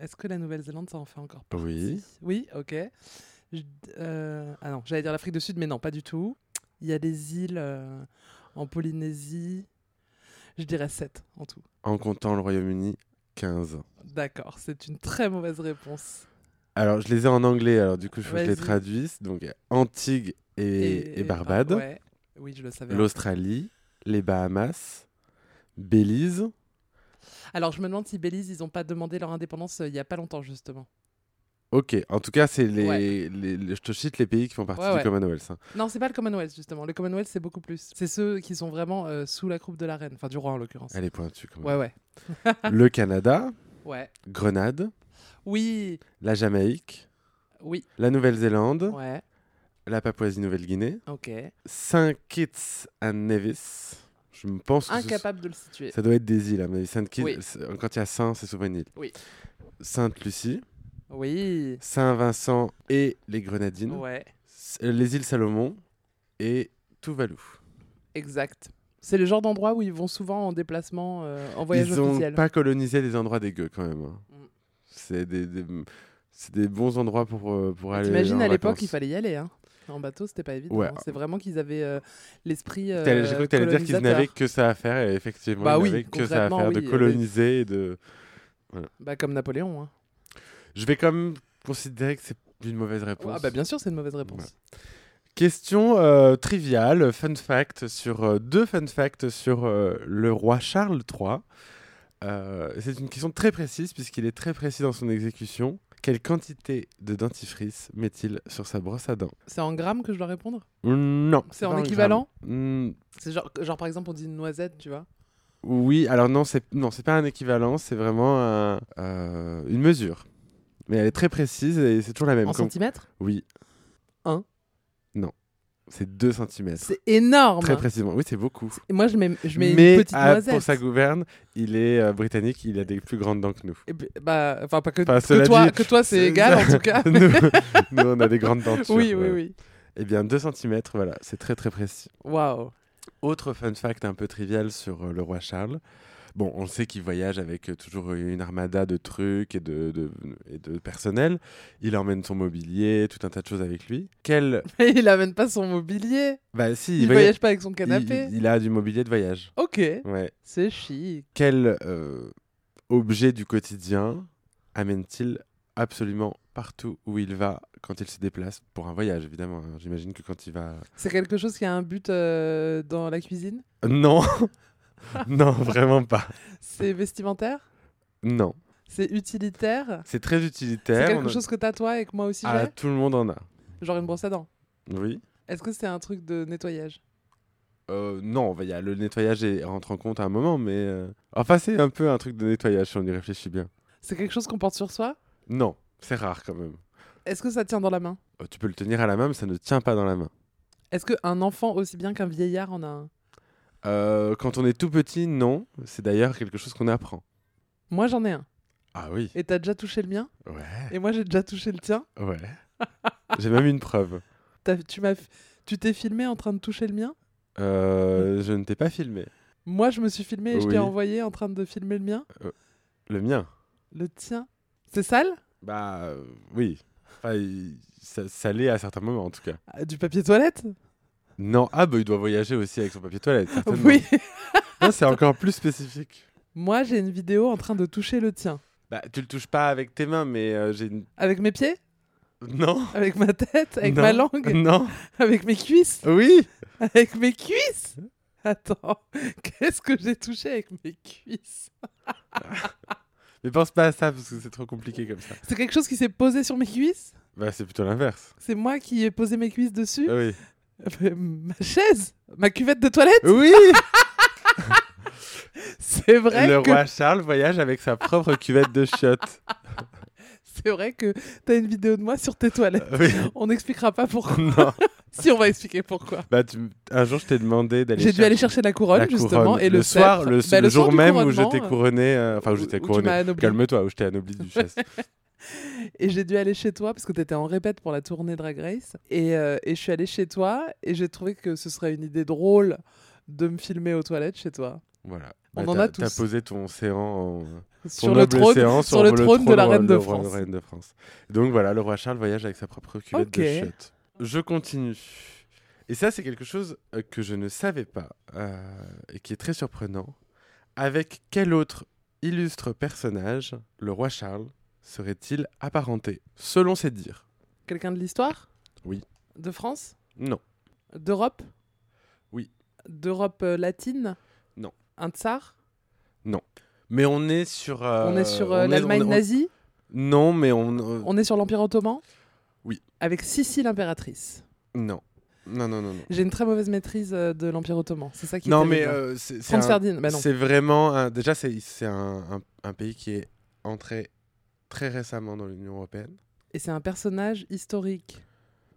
Speaker 1: Est-ce que la Nouvelle-Zélande, ça en fait encore partie
Speaker 2: Oui.
Speaker 1: Oui, ok. Je- euh, ah non, j'allais dire l'Afrique du Sud, mais non, pas du tout. Il y a des îles euh, en Polynésie. Je dirais 7 en tout.
Speaker 2: En comptant le Royaume-Uni, 15.
Speaker 1: D'accord, c'est une très mauvaise réponse.
Speaker 2: Alors, je les ai en anglais, alors du coup, je faut que je les
Speaker 1: Vas-y.
Speaker 2: traduise. Donc, Antigua et, et Barbade,
Speaker 1: ah, ouais. Oui, je le savais.
Speaker 2: l'Australie, les Bahamas, Belize.
Speaker 1: Alors, je me demande si Belize, ils n'ont pas demandé leur indépendance euh, il y a pas longtemps, justement.
Speaker 2: Ok, en tout cas, c'est les,
Speaker 1: Ouais.
Speaker 2: les- les- je te cite les pays qui font partie
Speaker 1: Ouais,
Speaker 2: du
Speaker 1: ouais.
Speaker 2: Commonwealth. hein.
Speaker 1: Non, c'est pas le Commonwealth, justement. Le Commonwealth, c'est beaucoup plus. C'est ceux qui sont vraiment euh, sous la croupe de la reine, enfin du roi en l'occurrence.
Speaker 2: Elle est pointue quand même.
Speaker 1: Ouais, ouais.
Speaker 2: Le Canada,
Speaker 1: Ouais.
Speaker 2: Grenade,
Speaker 1: Oui,
Speaker 2: la Jamaïque,
Speaker 1: oui,
Speaker 2: la Nouvelle-Zélande,
Speaker 1: ouais.
Speaker 2: la Papouasie-Nouvelle-Guinée,
Speaker 1: Ok.
Speaker 2: Saint Kitts and Nevis. Je me pense que ce-
Speaker 1: Incapable de le situer.
Speaker 2: ça doit être des îles, à mon avis. Saint Kitts,
Speaker 1: Oui.
Speaker 2: c'est- quand il y a Saint, c'est souvent une île.
Speaker 1: Oui.
Speaker 2: Sainte-Lucie,
Speaker 1: Oui.
Speaker 2: Saint-Vincent et les Grenadines,
Speaker 1: Ouais,
Speaker 2: s- euh, les îles Salomon et Tuvalu.
Speaker 1: exact. C'est le genre d'endroit où ils vont souvent en déplacement, euh, en voyage
Speaker 2: Ils ont
Speaker 1: officiel.
Speaker 2: pas colonisé des endroits dégueux quand même. hein.
Speaker 1: Mm.
Speaker 2: C'est des, des- c'est des bons endroits pour, euh, pour aller.
Speaker 1: Bah, T'imagines
Speaker 2: en
Speaker 1: à l'époque,
Speaker 2: vacances.
Speaker 1: il fallait y aller. Hein. En bateau, c'était pas évident.
Speaker 2: Ouais.
Speaker 1: hein. C'est vraiment qu'ils avaient euh, l'esprit. Euh,
Speaker 2: T'allais- J'ai cru que t'allais dire qu'ils n'avaient
Speaker 1: colonisateur.
Speaker 2: que ça à faire, et effectivement,
Speaker 1: Bah
Speaker 2: ils
Speaker 1: oui,
Speaker 2: n'avaient que ça à
Speaker 1: concrètement,
Speaker 2: faire
Speaker 1: oui,
Speaker 2: de
Speaker 1: euh,
Speaker 2: coloniser. Et de...
Speaker 1: Bah, comme Napoléon. Hein.
Speaker 2: Je vais quand même considérer que c'est une mauvaise réponse.
Speaker 1: Ah, bah, bien sûr, c'est une mauvaise réponse.
Speaker 2: Question euh, triviale, fun fact sur euh, deux fun facts sur euh, le roi Charles III. Euh, c'est une question très précise puisqu'il est très précis dans son exécution. Quelle quantité de dentifrice met-il sur sa brosse à dents
Speaker 1: C'est en grammes que je dois répondre
Speaker 2: Mm, Non.
Speaker 1: C'est en
Speaker 2: pas un
Speaker 1: équivalent
Speaker 2: gramme. Mm,
Speaker 1: C'est genre, genre, par exemple, on dit une noisette, tu vois.
Speaker 2: Oui, alors non, c'est non, c'est pas un équivalent, c'est vraiment un- euh, une mesure. Mais elle est très précise et c'est toujours la même.
Speaker 1: en
Speaker 2: comme-
Speaker 1: centimètres
Speaker 2: Oui.
Speaker 1: Un.
Speaker 2: Non. C'est 2 cm.
Speaker 1: C'est énorme.
Speaker 2: Très précisément. Oui, c'est beaucoup.
Speaker 1: Et moi, je mets, je mets
Speaker 2: Mais
Speaker 1: une petite
Speaker 2: à-
Speaker 1: noisette.
Speaker 2: pour sa gouverne, il est euh, britannique, il a des plus grandes dents que nous.
Speaker 1: Eh ben, bah, enfin, pas que,
Speaker 2: Enfin,
Speaker 1: que
Speaker 2: cela
Speaker 1: toi,
Speaker 2: dit,
Speaker 1: que toi, c'est égal en tout cas.
Speaker 2: nous, nous, on a des grandes dents.
Speaker 1: oui, oui, oui.
Speaker 2: Eh bien, 2 cm, voilà, c'est très très précis.
Speaker 1: Waouh.
Speaker 2: Autre fun fact un peu trivial sur euh, le roi Charles. Bon, on sait qu'il voyage avec euh, toujours une armada de trucs et de, de- et de personnel. Il emmène son mobilier, tout un tas de choses avec lui. Quel...
Speaker 1: Mais il amène pas son mobilier.
Speaker 2: Bah si,
Speaker 1: Il, voyage pas avec son canapé.
Speaker 2: il- il a du mobilier de voyage.
Speaker 1: Ok,
Speaker 2: Ouais.
Speaker 1: c'est chic.
Speaker 2: Quel euh, objet du quotidien amène-t-il absolument partout où il va quand il se déplace Pour un voyage, évidemment. hein. J'imagine que quand il va...
Speaker 1: C'est quelque chose qui a un but euh, dans la cuisine.
Speaker 2: Non Non, vraiment pas.
Speaker 1: C'est vestimentaire.
Speaker 2: Non.
Speaker 1: C'est utilitaire.
Speaker 2: C'est très
Speaker 1: C'est
Speaker 2: utilitaire.
Speaker 1: quelque
Speaker 2: on a-
Speaker 1: chose que t'as toi et que moi aussi
Speaker 2: Ah, tout le monde en a.
Speaker 1: j'ai. Genre une brosse à dents.
Speaker 2: Oui.
Speaker 1: Est-ce que c'est un truc de nettoyage
Speaker 2: Euh, non, bah, y a le nettoyage est- rentre en compte à un moment, mais... euh, Enfin, c'est un peu un truc de nettoyage si on y réfléchit bien.
Speaker 1: C'est quelque chose qu'on porte sur soi
Speaker 2: Non, c'est rare quand même.
Speaker 1: Est-ce que ça tient dans la main
Speaker 2: Euh, tu peux le tenir à la main, mais ça ne tient pas dans la main.
Speaker 1: Est-ce qu'un enfant aussi bien qu'un vieillard en a un
Speaker 2: Euh, quand on est tout petit, non. C'est d'ailleurs quelque chose qu'on apprend.
Speaker 1: Moi j'en ai un.
Speaker 2: Ah oui.
Speaker 1: Et t'as déjà touché le mien
Speaker 2: Ouais.
Speaker 1: Et moi j'ai déjà touché le tien
Speaker 2: Ouais. J'ai même une preuve.
Speaker 1: T'as- Tu m'as, tu t'es filmé en train de toucher le mien
Speaker 2: Euh, je ne t'ai pas filmé.
Speaker 1: Moi je me suis filmé et je t'ai
Speaker 2: Oui.
Speaker 1: envoyé en train de filmer le mien,
Speaker 2: Le mien.
Speaker 1: le tien. C'est sale
Speaker 2: Bah euh, oui. Enfin, il- ça, ça l'est à certains moments en tout cas.
Speaker 1: Ah, Du papier toilette
Speaker 2: Non, ah bah il doit voyager aussi avec son papier toilette. certainement.
Speaker 1: Oui.
Speaker 2: Non, c'est encore plus spécifique.
Speaker 1: Moi j'ai une vidéo en train de toucher le tien.
Speaker 2: Bah tu le touches pas avec tes mains, mais euh, j'ai une...
Speaker 1: Avec mes pieds
Speaker 2: Non.
Speaker 1: Avec ma tête Avec
Speaker 2: Non.
Speaker 1: ma langue
Speaker 2: Non.
Speaker 1: Avec mes cuisses
Speaker 2: Oui.
Speaker 1: Avec mes cuisses Attends, qu'est-ce que j'ai touché avec mes cuisses
Speaker 2: Mais pense pas à ça parce que c'est trop compliqué comme ça.
Speaker 1: C'est quelque chose qui s'est posé sur mes cuisses
Speaker 2: Bah c'est plutôt l'inverse.
Speaker 1: C'est moi qui ai posé mes cuisses dessus
Speaker 2: Ah oui.
Speaker 1: Euh, Ma chaise Ma cuvette de toilette
Speaker 2: Oui.
Speaker 1: C'est vrai
Speaker 2: Le
Speaker 1: que...
Speaker 2: roi Charles voyage avec sa propre cuvette de chiottes.
Speaker 1: C'est vrai que t'as une vidéo de moi sur tes toilettes.
Speaker 2: Oui.
Speaker 1: On n'expliquera pas pourquoi.
Speaker 2: Non.
Speaker 1: si on va expliquer pourquoi.
Speaker 2: Bah tu m- un jour je t'ai demandé d'aller.
Speaker 1: J'ai dû aller
Speaker 2: chercher-
Speaker 1: chercher la couronne,
Speaker 2: La
Speaker 1: justement,
Speaker 2: couronne.
Speaker 1: et le,
Speaker 2: soir,
Speaker 1: sceptre.
Speaker 2: le,
Speaker 1: Bah,
Speaker 2: le
Speaker 1: le soir
Speaker 2: jour
Speaker 1: du
Speaker 2: même où je
Speaker 1: couronnement,
Speaker 2: t'ai
Speaker 1: euh,
Speaker 2: couronné, euh, enfin où
Speaker 1: où-
Speaker 2: j'étais
Speaker 1: où tu m'as
Speaker 2: couronné,
Speaker 1: anobli.
Speaker 2: calme-toi, où je t'ai anobli du chef.
Speaker 1: Et j'ai dû aller chez toi parce que t'étais en répète pour la tournée Drag Race. Et, euh, et je suis allée chez toi et j'ai trouvé que ce serait une idée drôle de me filmer aux toilettes chez toi.
Speaker 2: voilà.
Speaker 1: On
Speaker 2: Bah,
Speaker 1: en
Speaker 2: t'as-
Speaker 1: a tous.
Speaker 2: T'as posé ton séant, en- ton
Speaker 1: Sur le
Speaker 2: noble
Speaker 1: trône.
Speaker 2: séant
Speaker 1: sur le trône de la
Speaker 2: roi-
Speaker 1: reine de
Speaker 2: le roi-
Speaker 1: France.
Speaker 2: reine de France. Donc voilà, le roi Charles voyage avec sa propre cuvette
Speaker 1: Ok.
Speaker 2: de chiottes. Je continue. Et ça, c'est quelque chose euh, que je ne savais pas euh, et qui est très surprenant. Avec quel autre illustre personnage le roi Charles serait-il apparenté, selon ses dires
Speaker 1: Quelqu'un de l'histoire
Speaker 2: Oui.
Speaker 1: De France
Speaker 2: Non.
Speaker 1: D'Europe
Speaker 2: Oui.
Speaker 1: D'Europe euh, latine
Speaker 2: Non.
Speaker 1: Un tsar
Speaker 2: Mais on est sur. euh,
Speaker 1: On est sur
Speaker 2: on
Speaker 1: euh,
Speaker 2: est-
Speaker 1: l'Allemagne
Speaker 2: on- on-
Speaker 1: nazie
Speaker 2: Non, mais on. euh,
Speaker 1: On est sur l'Empire ottoman
Speaker 2: Oui.
Speaker 1: Avec Sissi l'impératrice.
Speaker 2: Non. Non, non, non. non.
Speaker 1: J'ai une très mauvaise maîtrise euh, de l'Empire ottoman. C'est ça qui est
Speaker 2: Non, mais
Speaker 1: terrible.
Speaker 2: euh, c'est c'est
Speaker 1: Franz
Speaker 2: un-
Speaker 1: Ferdinand, bah non.
Speaker 2: c'est vraiment. un- déjà, c'est c'est un, un- un pays qui est entré très récemment dans l'Union européenne.
Speaker 1: Et c'est un personnage historique.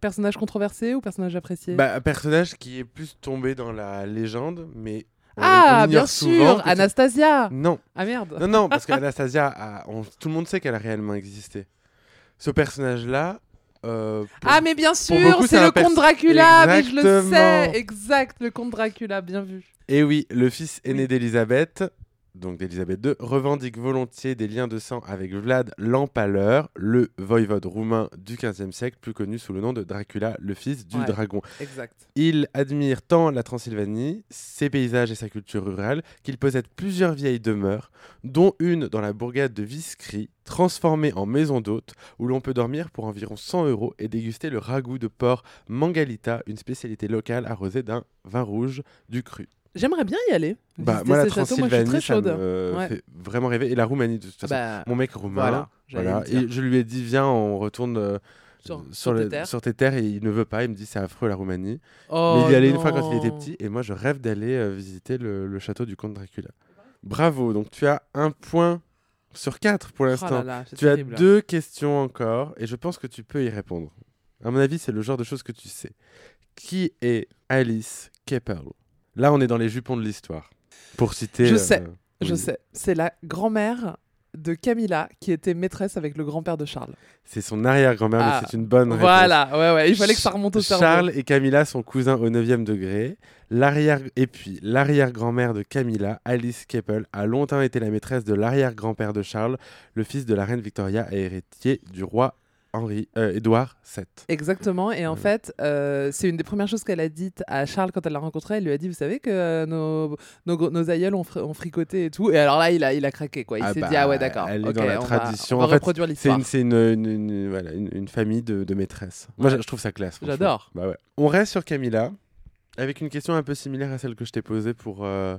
Speaker 1: Personnage controversé ou personnage apprécié
Speaker 2: Bah, un personnage qui est plus tombé dans la légende, mais. on-
Speaker 1: Ah,
Speaker 2: on ignore
Speaker 1: bien
Speaker 2: souvent
Speaker 1: sûr
Speaker 2: que c'est-
Speaker 1: Anastasia
Speaker 2: Non,
Speaker 1: Ah merde
Speaker 2: non, non, parce qu'Anastasia, a- on- tout le monde sait qu'elle a réellement existé. Ce personnage-là. euh, pour-
Speaker 1: Ah, mais bien sûr
Speaker 2: beaucoup, c'est
Speaker 1: C'est
Speaker 2: un
Speaker 1: le comte
Speaker 2: perso-
Speaker 1: Dracula Mais je le
Speaker 2: Exactement.
Speaker 1: sais Exact, le comte Dracula, bien vu.
Speaker 2: Et oui, le fils aîné d'Élisabeth, donc d'Élisabeth II, revendique volontiers des liens de sang avec Vlad l'Empaleur, le voïvode roumain du XVe siècle, plus connu sous le nom de Dracula, le fils du
Speaker 1: Ouais.
Speaker 2: dragon.
Speaker 1: Exact.
Speaker 2: Il admire tant la Transylvanie, ses paysages et sa culture rurale, qu'il possède plusieurs vieilles demeures, dont une dans la bourgade de Viscry, transformée en maison d'hôte, où l'on peut dormir pour environ 100 euros et déguster le ragoût de porc Mangalita, une spécialité locale arrosée d'un vin rouge du cru.
Speaker 1: J'aimerais bien y aller.
Speaker 2: Bah,
Speaker 1: Visiter
Speaker 2: moi, la
Speaker 1: ces châteaux, moi, je suis
Speaker 2: Transylvanie,
Speaker 1: très
Speaker 2: ça
Speaker 1: chaude.
Speaker 2: me euh,
Speaker 1: Ouais.
Speaker 2: fait vraiment rêver. Et la Roumanie, de toute façon.
Speaker 1: Bah,
Speaker 2: Mon mec roumain,
Speaker 1: voilà.
Speaker 2: voilà.
Speaker 1: j'allais le dire.
Speaker 2: Et je lui ai dit, viens, on retourne euh,
Speaker 1: Sur,
Speaker 2: sur,
Speaker 1: sur
Speaker 2: le-
Speaker 1: tes terres.
Speaker 2: sur tes terres. Et il ne veut pas. Il me dit, c'est affreux, la Roumanie.
Speaker 1: Oh,
Speaker 2: Mais il y allait une fois quand il
Speaker 1: non.
Speaker 2: était petit. Et moi, je rêve d'aller euh, visiter le, le château du comte Dracula. Bravo. Donc, tu as un point sur quatre pour
Speaker 1: Oh là
Speaker 2: l'instant.
Speaker 1: là, c'est
Speaker 2: tu as
Speaker 1: terrible. hein.
Speaker 2: deux questions encore. Et je pense que tu peux y répondre. À mon avis, c'est le genre de choses que tu sais. Qui est Alice Keppel Là, on est dans les jupons de l'histoire. Pour citer. euh,
Speaker 1: Je sais, Je
Speaker 2: oui.
Speaker 1: sais. C'est la grand-mère de Camilla qui était maîtresse avec le grand-père de Charles.
Speaker 2: C'est son arrière-grand-mère,
Speaker 1: Ah,
Speaker 2: mais c'est une bonne réponse.
Speaker 1: Voilà, ouais, ouais. Il fallait que ça
Speaker 2: Ch-
Speaker 1: remonte au cerveau.
Speaker 2: Charles et Camilla sont cousins au 9e degré. L'arrière et puis l'arrière-grand-mère de Camilla, Alice Keppel, a longtemps été la maîtresse de l'arrière-grand-père de Charles, le fils de la reine Victoria et héritier du roi Henri euh, Édouard VII.
Speaker 1: Exactement. Et en
Speaker 2: Voilà.
Speaker 1: fait, euh, c'est une des premières choses qu'elle a dites à Charles quand elle l'a rencontré. Elle lui a dit, vous savez que euh, nos, nos, gros- nos aïeuls ont, fri- ont fricoté et tout. Et alors là, il a, il a craqué, quoi. Il
Speaker 2: Ah
Speaker 1: s'est
Speaker 2: bah,
Speaker 1: dit, ah ouais, d'accord.
Speaker 2: elle est
Speaker 1: ok,
Speaker 2: dans la
Speaker 1: on va-
Speaker 2: tradition.
Speaker 1: on va
Speaker 2: En fait,
Speaker 1: reproduire
Speaker 2: C'est
Speaker 1: l'histoire.
Speaker 2: une, c'est une, une- une- voilà, une- une famille de, de maîtresses. Moi, je je trouve ça classe. franchement.
Speaker 1: J'adore.
Speaker 2: Bah ouais. On reste sur Camilla avec une question un peu similaire à celle que je t'ai posée pour, euh,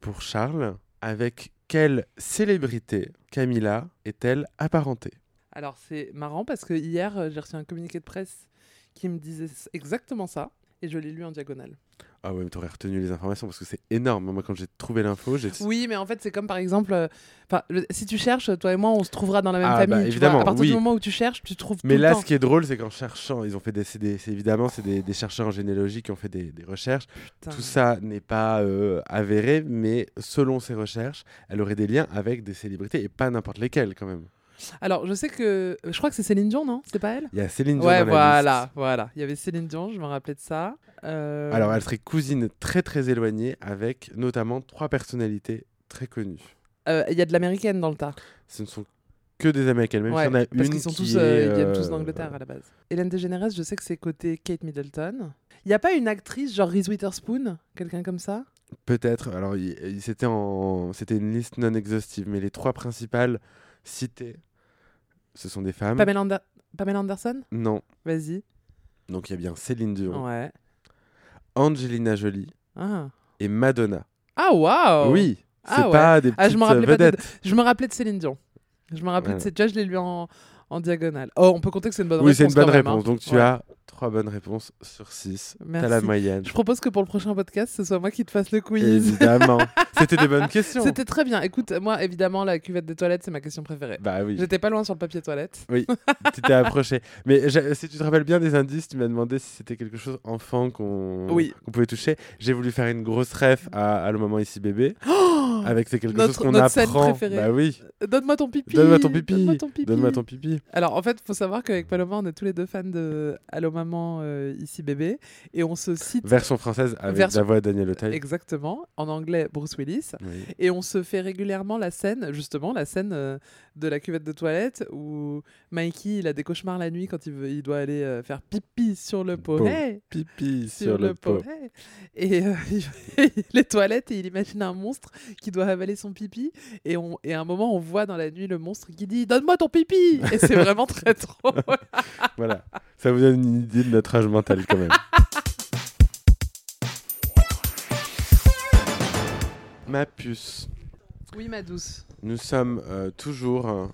Speaker 2: pour Charles. Avec quelle célébrité Camilla est-elle apparentée
Speaker 1: Alors, c'est marrant parce que hier, euh, j'ai reçu un communiqué de presse qui me disait s- exactement ça. Et je l'ai lu en diagonale.
Speaker 2: Ah ouais, mais t'aurais retenu les informations parce que c'est énorme. Moi, quand j'ai trouvé l'info, j'ai.
Speaker 1: Oui, mais en fait, c'est comme par exemple, euh, enfin, le- si tu cherches, toi et moi, on se trouvera dans la même
Speaker 2: Ah, bah,
Speaker 1: famille. tu vois.
Speaker 2: évidemment,
Speaker 1: à partir
Speaker 2: oui.
Speaker 1: du moment où tu cherches, tu trouves
Speaker 2: Mais
Speaker 1: tout
Speaker 2: là,
Speaker 1: le temps.
Speaker 2: ce qui est drôle, c'est qu'en cherchant, ils ont fait des, c'est des- c'est évidemment, c'est des, des chercheurs en généalogie qui ont fait des, des recherches.
Speaker 1: Putain.
Speaker 2: Tout ça n'est pas euh, avéré, mais selon ces recherches, elle aurait des liens avec des célébrités et pas n'importe lesquelles quand même.
Speaker 1: Alors, je sais que, euh, je crois que c'est Céline Dion, non C'est pas elle
Speaker 2: Il y a Céline Dion.
Speaker 1: Ouais,
Speaker 2: dans la liste.
Speaker 1: voilà, voilà. Il y avait Céline Dion, je me rappelais de ça. Euh,
Speaker 2: Alors, elle serait cousine très très éloignée avec notamment trois personnalités très connues.
Speaker 1: euh, il y a de l'américaine dans le tas.
Speaker 2: Ce ne sont que des Américaines, même
Speaker 1: Ouais,
Speaker 2: s'il y en a
Speaker 1: parce
Speaker 2: une
Speaker 1: qu'ils sont
Speaker 2: qui
Speaker 1: tous,
Speaker 2: est,
Speaker 1: euh, ils viennent
Speaker 2: euh,
Speaker 1: tous d'Angleterre à la base. Hélène DeGeneres, je sais que c'est côté Kate Middleton. Il n'y a pas une actrice genre Reese Witherspoon, quelqu'un comme ça
Speaker 2: Peut-être. Alors, il- il- c'était en... c'était une liste non exhaustive, mais les trois principales citées, ce sont des femmes.
Speaker 1: Pamela, Ander- Pamela Anderson
Speaker 2: Non.
Speaker 1: Vas-y.
Speaker 2: Donc, il y a bien Céline Dion,
Speaker 1: Ouais.
Speaker 2: Angelina Jolie
Speaker 1: Ah,
Speaker 2: et Madonna.
Speaker 1: Ah, waouh
Speaker 2: Oui, c'est
Speaker 1: Ah ouais.
Speaker 2: pas des petites
Speaker 1: Ah, je me
Speaker 2: euh,
Speaker 1: rappelais pas des-
Speaker 2: vedettes.
Speaker 1: Je me rappelais de Céline Dion. Je me rappelais de
Speaker 2: Voilà.
Speaker 1: Céline Dion, je l'ai lu en, en diagonale. Oh, on peut compter que c'est une bonne
Speaker 2: Oui,
Speaker 1: réponse.
Speaker 2: c'est une bonne
Speaker 1: quand même, hein.
Speaker 2: réponse. Donc, tu
Speaker 1: Ouais.
Speaker 2: as trois bonnes réponses sur six. T'as la
Speaker 1: Merci.
Speaker 2: moyenne.
Speaker 1: Je propose que pour le prochain podcast, ce soit moi qui te fasse le quiz.
Speaker 2: Évidemment. C'était des bonnes questions.
Speaker 1: C'était très bien. Écoute, moi, évidemment, la cuvette des toilettes, c'est ma question préférée.
Speaker 2: Bah oui,
Speaker 1: J'étais pas loin sur le papier toilette.
Speaker 2: tu t'es approché. Mais j'a- si tu te rappelles bien des indices, tu m'as demandé si c'était quelque chose enfant qu'on
Speaker 1: Oui.
Speaker 2: qu'on pouvait toucher. J'ai voulu faire une grosse ref à, à le moment ici bébé, avec c'est quelque
Speaker 1: Oh, Notre-
Speaker 2: chose qu'on
Speaker 1: notre scène
Speaker 2: apprend.
Speaker 1: préférée.
Speaker 2: Bah oui,
Speaker 1: Donne-moi ton pipi.
Speaker 2: donne-moi ton pipi,
Speaker 1: Donne-moi ton pipi.
Speaker 2: donne-moi ton pipi.
Speaker 1: Alors, en fait, faut savoir qu'avec Paloma, on est tous les deux fans de Allô Maman, euh, ici bébé. Et on se cite
Speaker 2: Version française avec
Speaker 1: Version-
Speaker 2: la voix de Daniel Auteuil.
Speaker 1: exactement, en anglais, Bruce Willis.
Speaker 2: Oui.
Speaker 1: Et on se fait régulièrement la scène, justement, la scène euh, de la cuvette de toilette où Mikey, il a des cauchemars la nuit quand il, veut, il doit aller euh, faire pipi sur le pot.
Speaker 2: Pot.
Speaker 1: Hey
Speaker 2: Pipi sur, le pot.
Speaker 1: Hey. Et euh, il va- les toilettes, et il imagine un monstre qui doit avaler son pipi. Et, on, et à un moment, on voit dans la nuit le monstre qui dit Donne-moi ton pipi Et c'est vraiment très drôle.
Speaker 2: voilà, ça vous donne une idée de notre âge mental quand même. Ma puce,
Speaker 1: Oui, ma douce.
Speaker 2: nous sommes euh, toujours. euh,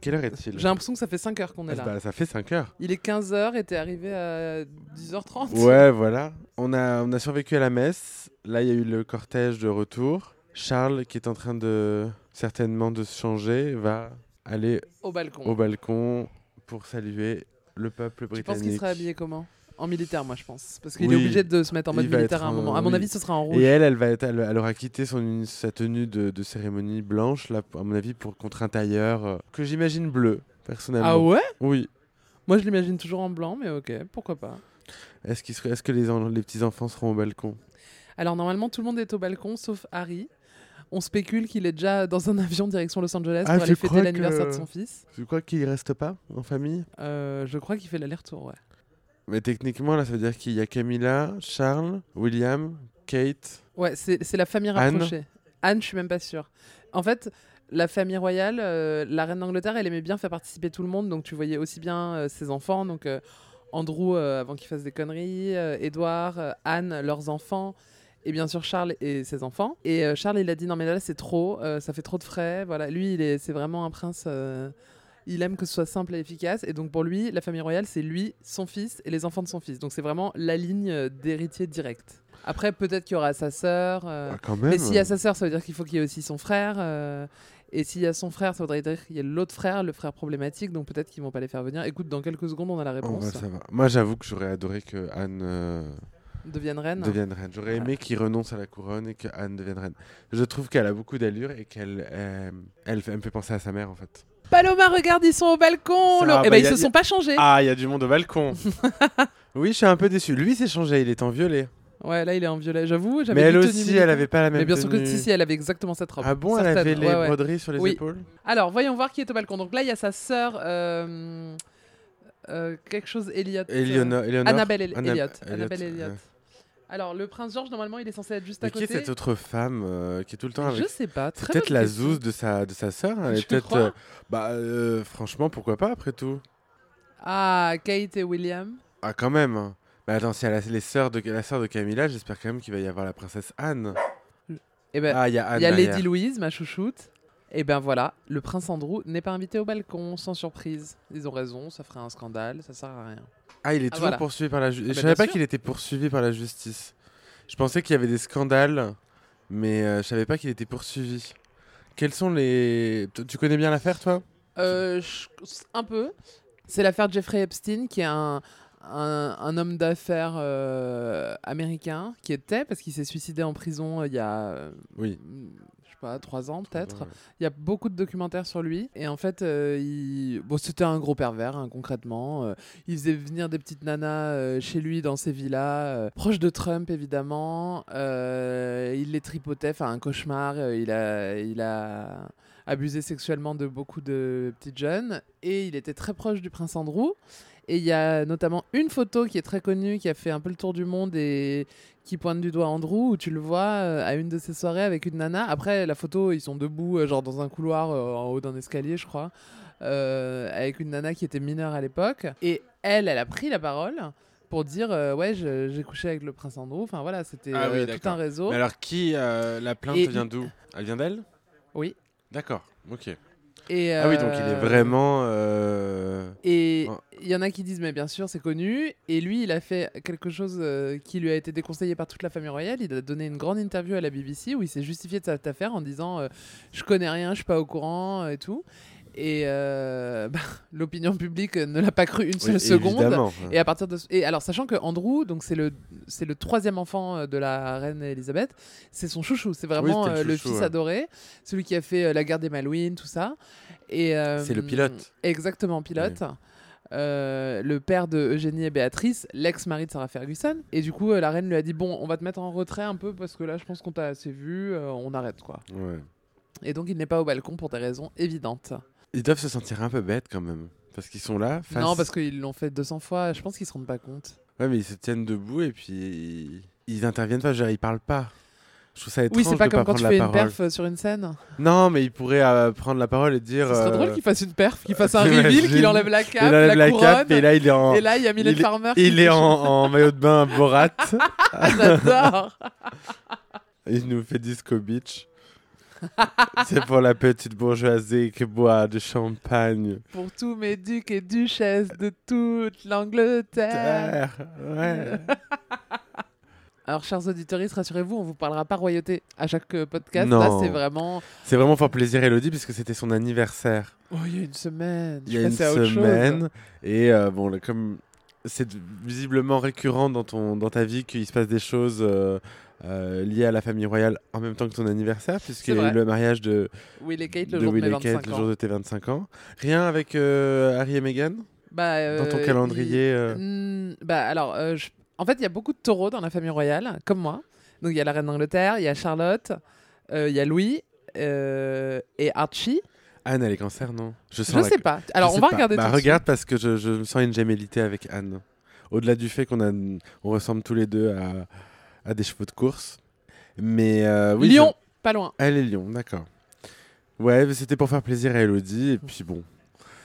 Speaker 2: Quelle heure est-il
Speaker 1: J'ai l'impression que ça fait 5 heures qu'on est là.
Speaker 2: Ah, bah, ça fait 5 heures.
Speaker 1: Il est 15h et t'es arrivé à 10h30.
Speaker 2: Ouais, voilà. On a, on a survécu à la messe. Là, il y a eu le cortège de retour. Charles, qui est en train de certainement de se changer, va aller
Speaker 1: Au balcon.
Speaker 2: au balcon pour saluer le peuple
Speaker 1: tu
Speaker 2: britannique.
Speaker 1: penses qu'il sera habillé comment en militaire, moi je pense. Parce qu'il
Speaker 2: Oui.
Speaker 1: est obligé de se mettre en mode
Speaker 2: Il va
Speaker 1: militaire
Speaker 2: être
Speaker 1: à un
Speaker 2: en-
Speaker 1: moment. À mon
Speaker 2: oui.
Speaker 1: avis, ce sera en rouge.
Speaker 2: Et elle, elle, va être, elle, elle aura quitté son, uni- sa tenue de, de cérémonie blanche, là, à mon avis, pour contre un tailleur euh, que j'imagine bleu, personnellement.
Speaker 1: Ah ouais
Speaker 2: Oui.
Speaker 1: Moi je l'imagine toujours en blanc, mais ok, pourquoi pas.
Speaker 2: Est-ce qu'il serait- est-ce que les, en- les petits-enfants seront au balcon
Speaker 1: Alors normalement tout le monde est au balcon sauf Harry. On spécule qu'il est déjà dans un avion direction Los Angeles
Speaker 2: Ah,
Speaker 1: pour
Speaker 2: je
Speaker 1: aller fêter
Speaker 2: crois
Speaker 1: l'anniversaire
Speaker 2: que-
Speaker 1: de son fils.
Speaker 2: Tu crois qu'ils restent pas en famille
Speaker 1: Euh, je crois qu'il fait l'aller-retour, ouais.
Speaker 2: Mais techniquement, là, ça veut dire qu'il y a Camilla, Charles, William, Kate.
Speaker 1: Ouais, c'est c'est la famille
Speaker 2: Anne
Speaker 1: rapprochée. Anne, je suis même pas sûre. En fait, la famille royale, euh, la reine d'Angleterre, elle aimait bien faire participer tout le monde, donc tu voyais aussi bien euh, ses enfants, donc euh, Andrew euh, avant qu'il fasse des conneries, euh, Edouard, euh, Anne, leurs enfants. Et bien sûr Charles et ses enfants. Et euh, Charles, il a dit non mais là c'est trop, euh, ça fait trop de frais. Voilà, lui il est, c'est vraiment un prince. euh, il aime que ce soit simple et efficace. Et donc pour lui, la famille royale, c'est lui, son fils et les enfants de son fils. Donc c'est vraiment la ligne euh, d'héritier direct. Après, peut-être qu'il y aura sa sœur. euh,
Speaker 2: Ah, quand même.
Speaker 1: mais s'il y a sa sœur, ça veut dire qu'il faut qu'il y ait aussi son frère. euh, Et s'il y a son frère, ça voudrait dire qu'il y a l'autre frère, le frère problématique, donc peut-être qu'ils vont pas les faire venir. Écoute, dans quelques secondes, on a la
Speaker 2: En
Speaker 1: réponse.
Speaker 2: vrai, ça va. Moi, j'avoue que j'aurais adoré que Anne euh,
Speaker 1: Devienne reine.
Speaker 2: devienne reine. J'aurais aimé qu'il renonce à la couronne et que Anne devienne reine. Je trouve qu'elle a beaucoup d'allure et qu'elle euh, elle, elle me fait penser à sa mère, en fait.
Speaker 1: Paloma, regarde, ils sont au balcon.
Speaker 2: Ça
Speaker 1: le-
Speaker 2: va,
Speaker 1: Eh ben,
Speaker 2: bah,
Speaker 1: ils
Speaker 2: y a-
Speaker 1: se
Speaker 2: y
Speaker 1: sont pas changés.
Speaker 2: Ah, il y a du monde au balcon Oui, je suis un peu déçu. Lui, s'est changé, il est en violet.
Speaker 1: Ouais, là, il est en violet, j'avoue. j'avais
Speaker 2: Mais
Speaker 1: dit
Speaker 2: elle
Speaker 1: tenue
Speaker 2: aussi,
Speaker 1: militaire.
Speaker 2: elle avait pas la même
Speaker 1: Mais bien sûr que
Speaker 2: tenue.
Speaker 1: si, si, elle avait exactement cette robe.
Speaker 2: Ah bon, elle avait
Speaker 1: Certaine,
Speaker 2: les
Speaker 1: ouais, ouais.
Speaker 2: broderies sur les
Speaker 1: Oui.
Speaker 2: épaules
Speaker 1: Alors, voyons voir qui est au balcon. Donc là, il y a sa sœur, euh, euh, quelque chose Elliot.
Speaker 2: Eleonore. Eleonore.
Speaker 1: Annabelle El-
Speaker 2: Anna-
Speaker 1: Elliot.
Speaker 2: Elliot,
Speaker 1: Annabelle Elliot.
Speaker 2: ouais.
Speaker 1: Alors, le prince George, normalement, il est censé être juste à
Speaker 2: Mais qui
Speaker 1: côté.
Speaker 2: est cette autre femme euh, qui est tout le temps avec
Speaker 1: Je sais pas.
Speaker 2: C'est
Speaker 1: très
Speaker 2: peut-être
Speaker 1: bonne
Speaker 2: la
Speaker 1: question.
Speaker 2: zouze de sa, de sa sœur. hein, Elle
Speaker 1: Je
Speaker 2: est peut-être.
Speaker 1: crois.
Speaker 2: euh, bah, euh, franchement, pourquoi pas après tout
Speaker 1: Ah, Kate et William.
Speaker 2: Ah, quand même. hein. Mais attends, si elle a les sœurs de, la sœur de Camilla, j'espère quand même qu'il va y avoir la princesse Anne.
Speaker 1: Eh ben,
Speaker 2: ah, il y a Anne.
Speaker 1: il y a
Speaker 2: derrière.
Speaker 1: Lady Louise, ma chouchoute. Et ben voilà, le prince Andrew n'est pas invité au balcon, sans surprise. Ils ont raison, ça ferait un scandale, ça sert à rien.
Speaker 2: Ah, il est
Speaker 1: Ah,
Speaker 2: toujours
Speaker 1: voilà.
Speaker 2: poursuivi par la
Speaker 1: Ah,
Speaker 2: justice.
Speaker 1: bah,
Speaker 2: je
Speaker 1: bien
Speaker 2: savais pas
Speaker 1: sûr.
Speaker 2: qu'il était poursuivi par la justice. Je pensais qu'il y avait des scandales, mais euh, je savais pas qu'il était poursuivi. Quels sont les. Tu- Tu connais bien l'affaire, toi
Speaker 1: Euh, je- un peu. C'est l'affaire Jeffrey Epstein, qui est un, un, un homme d'affaires euh, américain, qui était, parce qu'il s'est suicidé en prison euh, il y a, euh,
Speaker 2: Oui. Euh,
Speaker 1: je sais pas, trois ans peut-être. Il y a beaucoup de documentaires sur lui. Et en fait, euh, il... bon, c'était un gros pervers, hein, concrètement. Euh, il faisait venir des petites nanas euh, chez lui, dans ses villas, euh, proches de Trump, évidemment. Euh, il les tripotait, enfin, un cauchemar. Euh, il, a, il a abusé sexuellement de beaucoup de petites jeunes. Et il était très proche du prince Andrew. Et il y a notamment une photo qui est très connue, qui a fait un peu le tour du monde et qui pointe du doigt Andrew, où tu le vois euh, à une de ses soirées avec une nana. Après, la photo, ils sont debout, euh, genre dans un couloir euh, en haut d'un escalier, je crois, euh, avec une nana qui était mineure à l'époque. Et elle, elle a pris la parole pour dire euh, Ouais, je- j'ai couché avec le prince Andrew. Enfin voilà, c'était
Speaker 2: Ah oui,
Speaker 1: euh, tout
Speaker 2: d'accord.
Speaker 1: un réseau.
Speaker 2: Mais alors, qui. euh, la plainte
Speaker 1: Et-
Speaker 2: vient d'où Elle vient d'elle
Speaker 1: Oui. Euh,
Speaker 2: D'accord, ok.
Speaker 1: Et,
Speaker 2: Ah oui, donc il est
Speaker 1: euh,
Speaker 2: vraiment. euh,
Speaker 1: Et
Speaker 2: Ouais.
Speaker 1: il y en a qui disent, mais bien sûr, c'est connu. Et lui, il a fait quelque chose euh, qui lui a été déconseillé par toute la famille royale. Il a donné une grande interview à la BBC où il s'est justifié de cette affaire en disant euh, Je connais rien, je suis pas au courant euh, et tout. Et euh, bah, l'opinion publique ne l'a pas cru une seule
Speaker 2: oui,
Speaker 1: seconde.
Speaker 2: évidemment.
Speaker 1: bah, Et à partir de ce- et alors sachant que Andrew donc c'est le c'est le troisième enfant euh, de la reine Elisabeth, c'est son chouchou, c'est vraiment
Speaker 2: Oui, c'était le
Speaker 1: euh, le
Speaker 2: chouchou,
Speaker 1: fils
Speaker 2: ouais.
Speaker 1: adoré, celui qui a fait euh, la guerre des Malouines, tout ça. Et euh,
Speaker 2: C'est le pilote.
Speaker 1: Exactement, pilote. Euh, le père de Eugénie et Béatrice, l'ex-mari de Sarah Ferguson. Et du coup, euh, la reine lui a dit Bon, on va te mettre en retrait un peu parce que là, je pense qu'on t'a assez vu, euh, on arrête quoi.
Speaker 2: Ouais.
Speaker 1: Et donc, il n'est pas au balcon pour des raisons évidentes.
Speaker 2: Ils doivent se sentir un peu bêtes quand même. Parce qu'ils sont là, face.
Speaker 1: Non, parce qu'ils l'ont fait 200 fois, je pense qu'ils se rendent pas compte.
Speaker 2: Ouais, mais ils se tiennent debout et puis. Ils interviennent pas, je veux dire, ils parlent pas. Je trouve ça étrange
Speaker 1: Oui, c'est pas
Speaker 2: de
Speaker 1: comme quand
Speaker 2: prendre
Speaker 1: tu
Speaker 2: la
Speaker 1: fais une
Speaker 2: parole.
Speaker 1: perf euh, sur une scène.
Speaker 2: Non, mais ils pourraient euh, prendre la parole et dire.
Speaker 1: Ce serait
Speaker 2: euh,
Speaker 1: drôle qu'il fasse une perf, qu'il fasse un
Speaker 2: t'imagines
Speaker 1: reveal, qu'il enlève la
Speaker 2: il
Speaker 1: cape,
Speaker 2: enlève
Speaker 1: la, couronne.
Speaker 2: cape et là il est en,
Speaker 1: et là, il y a Millet
Speaker 2: il est-
Speaker 1: Farmer. qui Ah,
Speaker 2: il est en, en maillot de bain Borat.
Speaker 1: J'adore.
Speaker 2: il nous fait Disco Beach. c'est pour la petite bourgeoisie qui boit du champagne.
Speaker 1: Pour tous mes ducs et duchesses de toute l'Angleterre.
Speaker 2: Ouais.
Speaker 1: Alors, chers auditeurs, rassurez-vous, on vous parlera pas royauté à chaque euh, podcast.
Speaker 2: Non.
Speaker 1: Là, c'est vraiment.
Speaker 2: C'est vraiment fort plaisir, Elodie, puisque c'était son anniversaire
Speaker 1: Oh, il y a une semaine.
Speaker 2: il
Speaker 1: Je
Speaker 2: y a une
Speaker 1: suis passée à autre chose.
Speaker 2: semaine. Et euh, bon, là, comme c'est d- visiblement récurrent dans, ton, dans ta vie qu'il se passe des choses euh, euh, liées à la famille royale en même temps que ton anniversaire, puisqu'il y a
Speaker 1: vrai.
Speaker 2: eu le mariage de,
Speaker 1: Will et Kate le
Speaker 2: de
Speaker 1: jour
Speaker 2: Will
Speaker 1: de mes
Speaker 2: et Kate
Speaker 1: 25
Speaker 2: le
Speaker 1: ans.
Speaker 2: jour de tes 25 ans. Rien avec euh, Harry et Meghan
Speaker 1: Bah,
Speaker 2: dans ton
Speaker 1: euh,
Speaker 2: calendrier
Speaker 1: il-
Speaker 2: euh,
Speaker 1: Hmm, bah, alors, euh, je- en fait, il y a beaucoup de taureaux dans la famille royale, comme moi. Donc, il y a la reine d'Angleterre, il y a Charlotte, euh, il y a Louis euh, et Archie.
Speaker 2: Anne, elle est cancer, non Je,
Speaker 1: Je
Speaker 2: la-
Speaker 1: sais pas. Alors, on
Speaker 2: je sais
Speaker 1: va
Speaker 2: pas.
Speaker 1: regarder
Speaker 2: Bah,
Speaker 1: tout de suite.
Speaker 2: regarde parce que je, je me sens une gémellité avec Anne. Au-delà du fait qu'on a, on ressemble tous les deux à, à des chevaux de course. Mais euh, oui, je-
Speaker 1: Lyon, pas loin.
Speaker 2: Elle est Lyon, d'accord. Ouais, mais c'était pour faire plaisir à Elodie, et puis bon,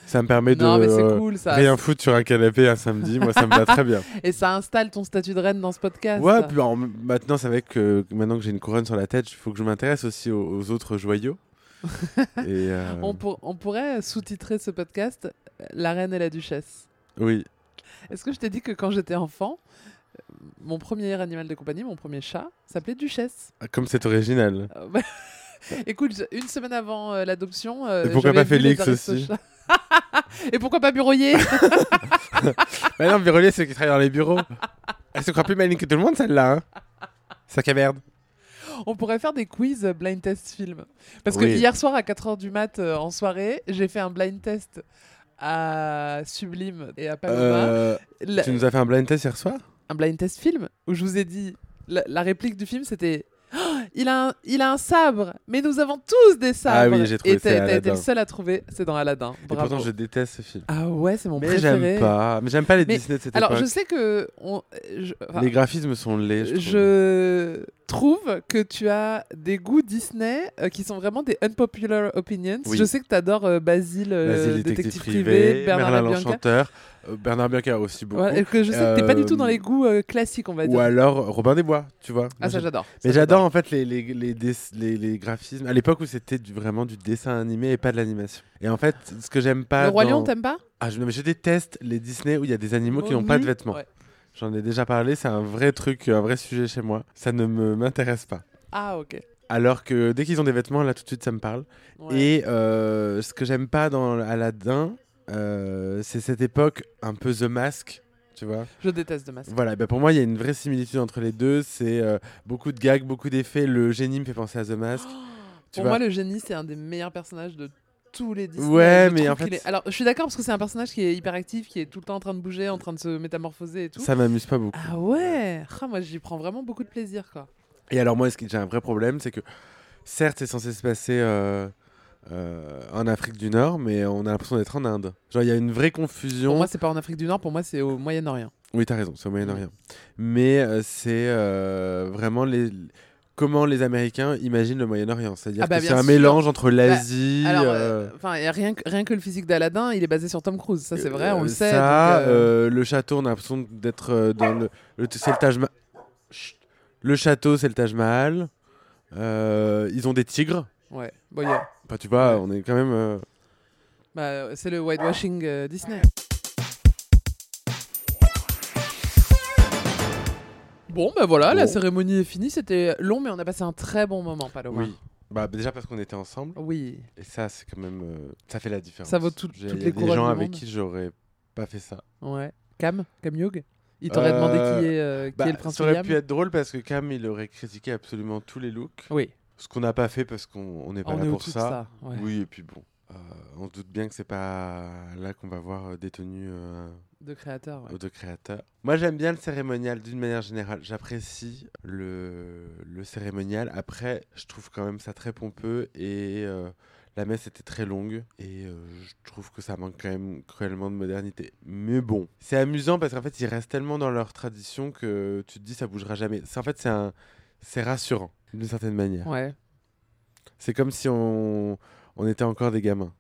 Speaker 2: ça me permet
Speaker 1: non,
Speaker 2: de
Speaker 1: mais c'est
Speaker 2: euh,
Speaker 1: cool ça.
Speaker 2: rien foutre sur un canapé un samedi, moi ça me va très bien.
Speaker 1: Et ça installe ton statut de reine dans ce podcast.
Speaker 2: Ouais, puis alors, maintenant, c'est vrai que maintenant que j'ai une couronne sur la tête, il faut que je m'intéresse aussi aux, aux autres joyaux. et, euh,
Speaker 1: on, pour- on pourrait sous-titrer ce podcast euh, La reine et la duchesse.
Speaker 2: Oui,
Speaker 1: Est-ce que je t'ai dit que quand j'étais enfant, euh, mon premier animal de compagnie, mon premier chat, s'appelait Duchesse
Speaker 2: comme c'est original.
Speaker 1: Euh, bah, Écoute, je- une semaine avant euh, l'adoption. euh,
Speaker 2: Et pourquoi
Speaker 1: j'avais
Speaker 2: pas
Speaker 1: vu les
Speaker 2: Félix aussi
Speaker 1: Aristochats. Et pourquoi pas Bureauier
Speaker 2: Bah non, Véronique, c'est qui travaille dans les bureaux. Elle se croit plus maligne que tout le monde, celle-là. Hein Sac à merde.
Speaker 1: On pourrait faire des quiz euh, blind test film. Parce que
Speaker 2: Oui.
Speaker 1: hier soir à 4h du mat euh, en soirée, j'ai fait un blind test à Sublime et à Paloma.
Speaker 2: Euh,
Speaker 1: La-
Speaker 2: Tu nous as fait un blind test hier soir
Speaker 1: Un blind test film où je vous ai dit la, la réplique du film c'était Oh, il a, un, il a un sabre, mais nous avons tous des sabres.
Speaker 2: Ah oui, j'ai trouvé
Speaker 1: Et t'as
Speaker 2: ça à
Speaker 1: t'as été
Speaker 2: Aladdin.
Speaker 1: le seul à trouver, c'est dans Aladdin.
Speaker 2: Et
Speaker 1: Bravo.
Speaker 2: pourtant, je déteste ce film.
Speaker 1: Ah ouais, c'est mon
Speaker 2: Mais
Speaker 1: préféré.
Speaker 2: j'aime pas. Mais j'aime pas les
Speaker 1: Mais-
Speaker 2: Disney de cette
Speaker 1: Alors
Speaker 2: époque.
Speaker 1: je sais que on, euh, je- enfin,
Speaker 2: Les graphismes sont laids. Je, trouve.
Speaker 1: je trouve que tu as des goûts Disney euh, qui sont vraiment des unpopular opinions.
Speaker 2: Oui.
Speaker 1: Je sais que tu adores Basile, euh,
Speaker 2: Vas-y, les
Speaker 1: détective,
Speaker 2: détectives
Speaker 1: privé,
Speaker 2: privés,
Speaker 1: Bernard
Speaker 2: Merlin
Speaker 1: Labianca.
Speaker 2: l'Enchanteur, euh, Bernard Bianca aussi beaucoup.
Speaker 1: Ouais, et que je sais que t'es pas du tout dans
Speaker 2: Euh,
Speaker 1: les goûts euh, classiques, on va dire.
Speaker 2: Ou alors euh, Robin des Bois, tu vois.
Speaker 1: ah ça
Speaker 2: Moi,
Speaker 1: j'adore. Ça,
Speaker 2: Mais j'adore en fait les, les, les, dess- les- les graphismes. À l'époque où c'était du- vraiment du dessin animé et pas de l'animation. Et en fait, ce que j'aime pas.
Speaker 1: Le Roi
Speaker 2: dans-
Speaker 1: Lion, t'aimes pas
Speaker 2: Ah, je, non, mais je déteste les Disney où il y a des animaux qui n'ont pas de
Speaker 1: Nus.
Speaker 2: vêtements.
Speaker 1: Ouais.
Speaker 2: J'en ai déjà parlé, c'est un vrai truc, un vrai sujet chez moi. Ça ne me m'intéresse pas.
Speaker 1: Ah ok.
Speaker 2: Alors que dès qu'ils ont des vêtements, là tout de suite ça me parle.
Speaker 1: Ouais.
Speaker 2: Et euh, ce que j'aime pas dans Aladdin, euh, c'est cette époque un peu The Mask, tu vois.
Speaker 1: Je déteste de masque.
Speaker 2: Voilà, bah pour moi, il y a une vraie similitude entre les deux. C'est euh, beaucoup de gags, beaucoup d'effets. Le génie me fait penser à The Mask. tu
Speaker 1: Pour
Speaker 2: vois.
Speaker 1: moi, le génie, c'est un des meilleurs personnages de tous les Disney.
Speaker 2: Ouais,
Speaker 1: Je
Speaker 2: mais
Speaker 1: trouve
Speaker 2: en fait-
Speaker 1: qu'il est- Alors, je suis d'accord parce que c'est un personnage qui est hyperactif, qui est tout le temps en train de bouger, en train de se métamorphoser et tout.
Speaker 2: Ça m'amuse pas beaucoup.
Speaker 1: Ah ouais Ah, Moi, j'y prends vraiment beaucoup de plaisir, quoi.
Speaker 2: Et alors, moi, ce que j'ai un vrai problème, c'est que certes, c'est censé se passer euh, euh, en Afrique du Nord, mais on a l'impression d'être en Inde. Genre, il y a une vraie confusion.
Speaker 1: Pour moi, c'est pas en Afrique du Nord, pour moi, c'est au Moyen-Orient.
Speaker 2: Oui, t'as raison, c'est au
Speaker 1: Mm.
Speaker 2: Moyen-Orient. Mais euh, c'est euh, vraiment les... comment les Américains imaginent le Moyen-Orient. C'est-à-dire
Speaker 1: Ah bah,
Speaker 2: que c'est
Speaker 1: bien
Speaker 2: un
Speaker 1: sûr.
Speaker 2: mélange entre l'Asie.
Speaker 1: Alors,
Speaker 2: euh,
Speaker 1: euh, enfin, et rien, que- rien que le physique d'Aladin, il est basé sur Tom Cruise, ça c'est vrai, on
Speaker 2: Euh,
Speaker 1: le sait.
Speaker 2: Ça,
Speaker 1: donc, euh,
Speaker 2: euh, le château, on a l'impression d'être euh, dans le. le c'est le Taj Mahal. Le château, c'est le Taj Mahal. Euh, ils ont des tigres.
Speaker 1: ouais. Bon, il y a-
Speaker 2: Enfin, tu vois,
Speaker 1: Ouais.
Speaker 2: on est quand même. euh,
Speaker 1: bah, euh, c'est le whitewashing euh, Disney. Bon, ben voilà, la
Speaker 2: Bon.
Speaker 1: cérémonie est finie. C'était long, mais on a passé un très bon moment, Paloma.
Speaker 2: Oui. Bah, déjà parce qu'on était ensemble.
Speaker 1: Oui.
Speaker 2: Et ça, c'est quand même. euh, ça fait la différence.
Speaker 1: Ça vaut tout-
Speaker 2: J'ai-
Speaker 1: toutes
Speaker 2: il y a
Speaker 1: les
Speaker 2: des
Speaker 1: couronnes
Speaker 2: gens
Speaker 1: du
Speaker 2: avec
Speaker 1: monde.
Speaker 2: qui j'aurais pas fait ça.
Speaker 1: Ouais. Cam, Cam Youg, il t'aurait
Speaker 2: Euh,
Speaker 1: demandé qui est, euh, qui
Speaker 2: Bah,
Speaker 1: est le prince
Speaker 2: ça aurait
Speaker 1: William.
Speaker 2: pu être drôle parce que Cam, il aurait critiqué absolument tous les looks.
Speaker 1: Oui.
Speaker 2: Ce qu'on n'a pas fait parce qu'on on n'est pas
Speaker 1: on
Speaker 2: Eh ben, là
Speaker 1: est
Speaker 2: pour
Speaker 1: au-dessus de ça. ouais.
Speaker 2: Oui, et puis bon. euh, on se doute bien que c'est pas là qu'on va voir euh, des tenues euh,
Speaker 1: De créateur. ouais.
Speaker 2: de créateurs. Moi, j'aime bien le cérémonial d'une manière générale. J'apprécie le, le cérémonial. Après, je trouve quand même ça très pompeux et euh, la messe était très longue et euh, je trouve que ça manque quand même cruellement de modernité. Mais bon, c'est amusant parce qu'en fait, ils restent tellement dans leur tradition que tu te dis ça bougera jamais. C'est- En fait, c'est un- c'est rassurant d'une certaine manière.
Speaker 1: Ouais.
Speaker 2: C'est comme si on, on était encore des gamins.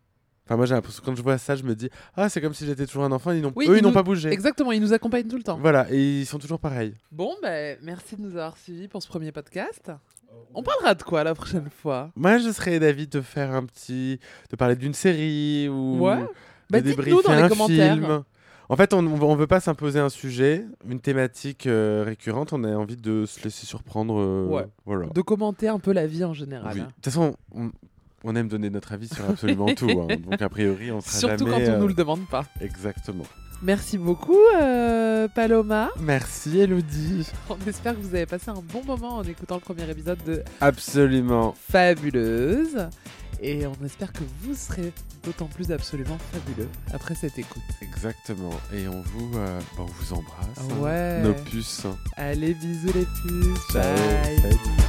Speaker 2: Enfin, moi, j'ai l'impression quand je vois ça, je me dis Ah, c'est comme si j'étais toujours un enfant. Ils n'ont-
Speaker 1: Oui,
Speaker 2: eux, ils
Speaker 1: ils
Speaker 2: n'ont
Speaker 1: nous-
Speaker 2: pas bougé.
Speaker 1: Exactement, il nous accompagne tout le temps.
Speaker 2: Voilà, et ils sont toujours pareils.
Speaker 1: Bon, ben, merci de nous avoir suivis pour ce premier podcast. On parlera de quoi la prochaine fois
Speaker 2: Moi, je serais d'avis de faire un petit. de parler d'une série ou.
Speaker 1: Ouais.
Speaker 2: de
Speaker 1: Bah, dites-nous
Speaker 2: débriefer
Speaker 1: dans les
Speaker 2: un
Speaker 1: commentaires.
Speaker 2: film. En fait, on ne veut pas s'imposer un sujet, une thématique euh, récurrente. On a envie de se laisser surprendre. euh,
Speaker 1: Ouais.
Speaker 2: Voilà.
Speaker 1: De commenter un peu la vie en général.
Speaker 2: Oui. De
Speaker 1: hein.
Speaker 2: toute façon, on, on aime donner notre avis sur absolument tout. hein. Donc, a priori, on sera
Speaker 1: Surtout
Speaker 2: jamais.
Speaker 1: quand on
Speaker 2: euh,
Speaker 1: nous le demande pas.
Speaker 2: Exactement.
Speaker 1: Merci beaucoup, euh, Paloma.
Speaker 2: Merci, Elodie.
Speaker 1: On espère que vous avez passé un bon moment en écoutant le premier épisode de
Speaker 2: Absolument.
Speaker 1: Fabuleuse. Et on espère que vous serez d'autant plus absolument fabuleux après cette écoute.
Speaker 2: Exactement. Et on vous, euh, bah, on vous embrasse. hein.
Speaker 1: Ouais.
Speaker 2: Nos puces.
Speaker 1: Allez, bisous les puces.
Speaker 2: Ciao.
Speaker 1: Bye.
Speaker 2: Salut.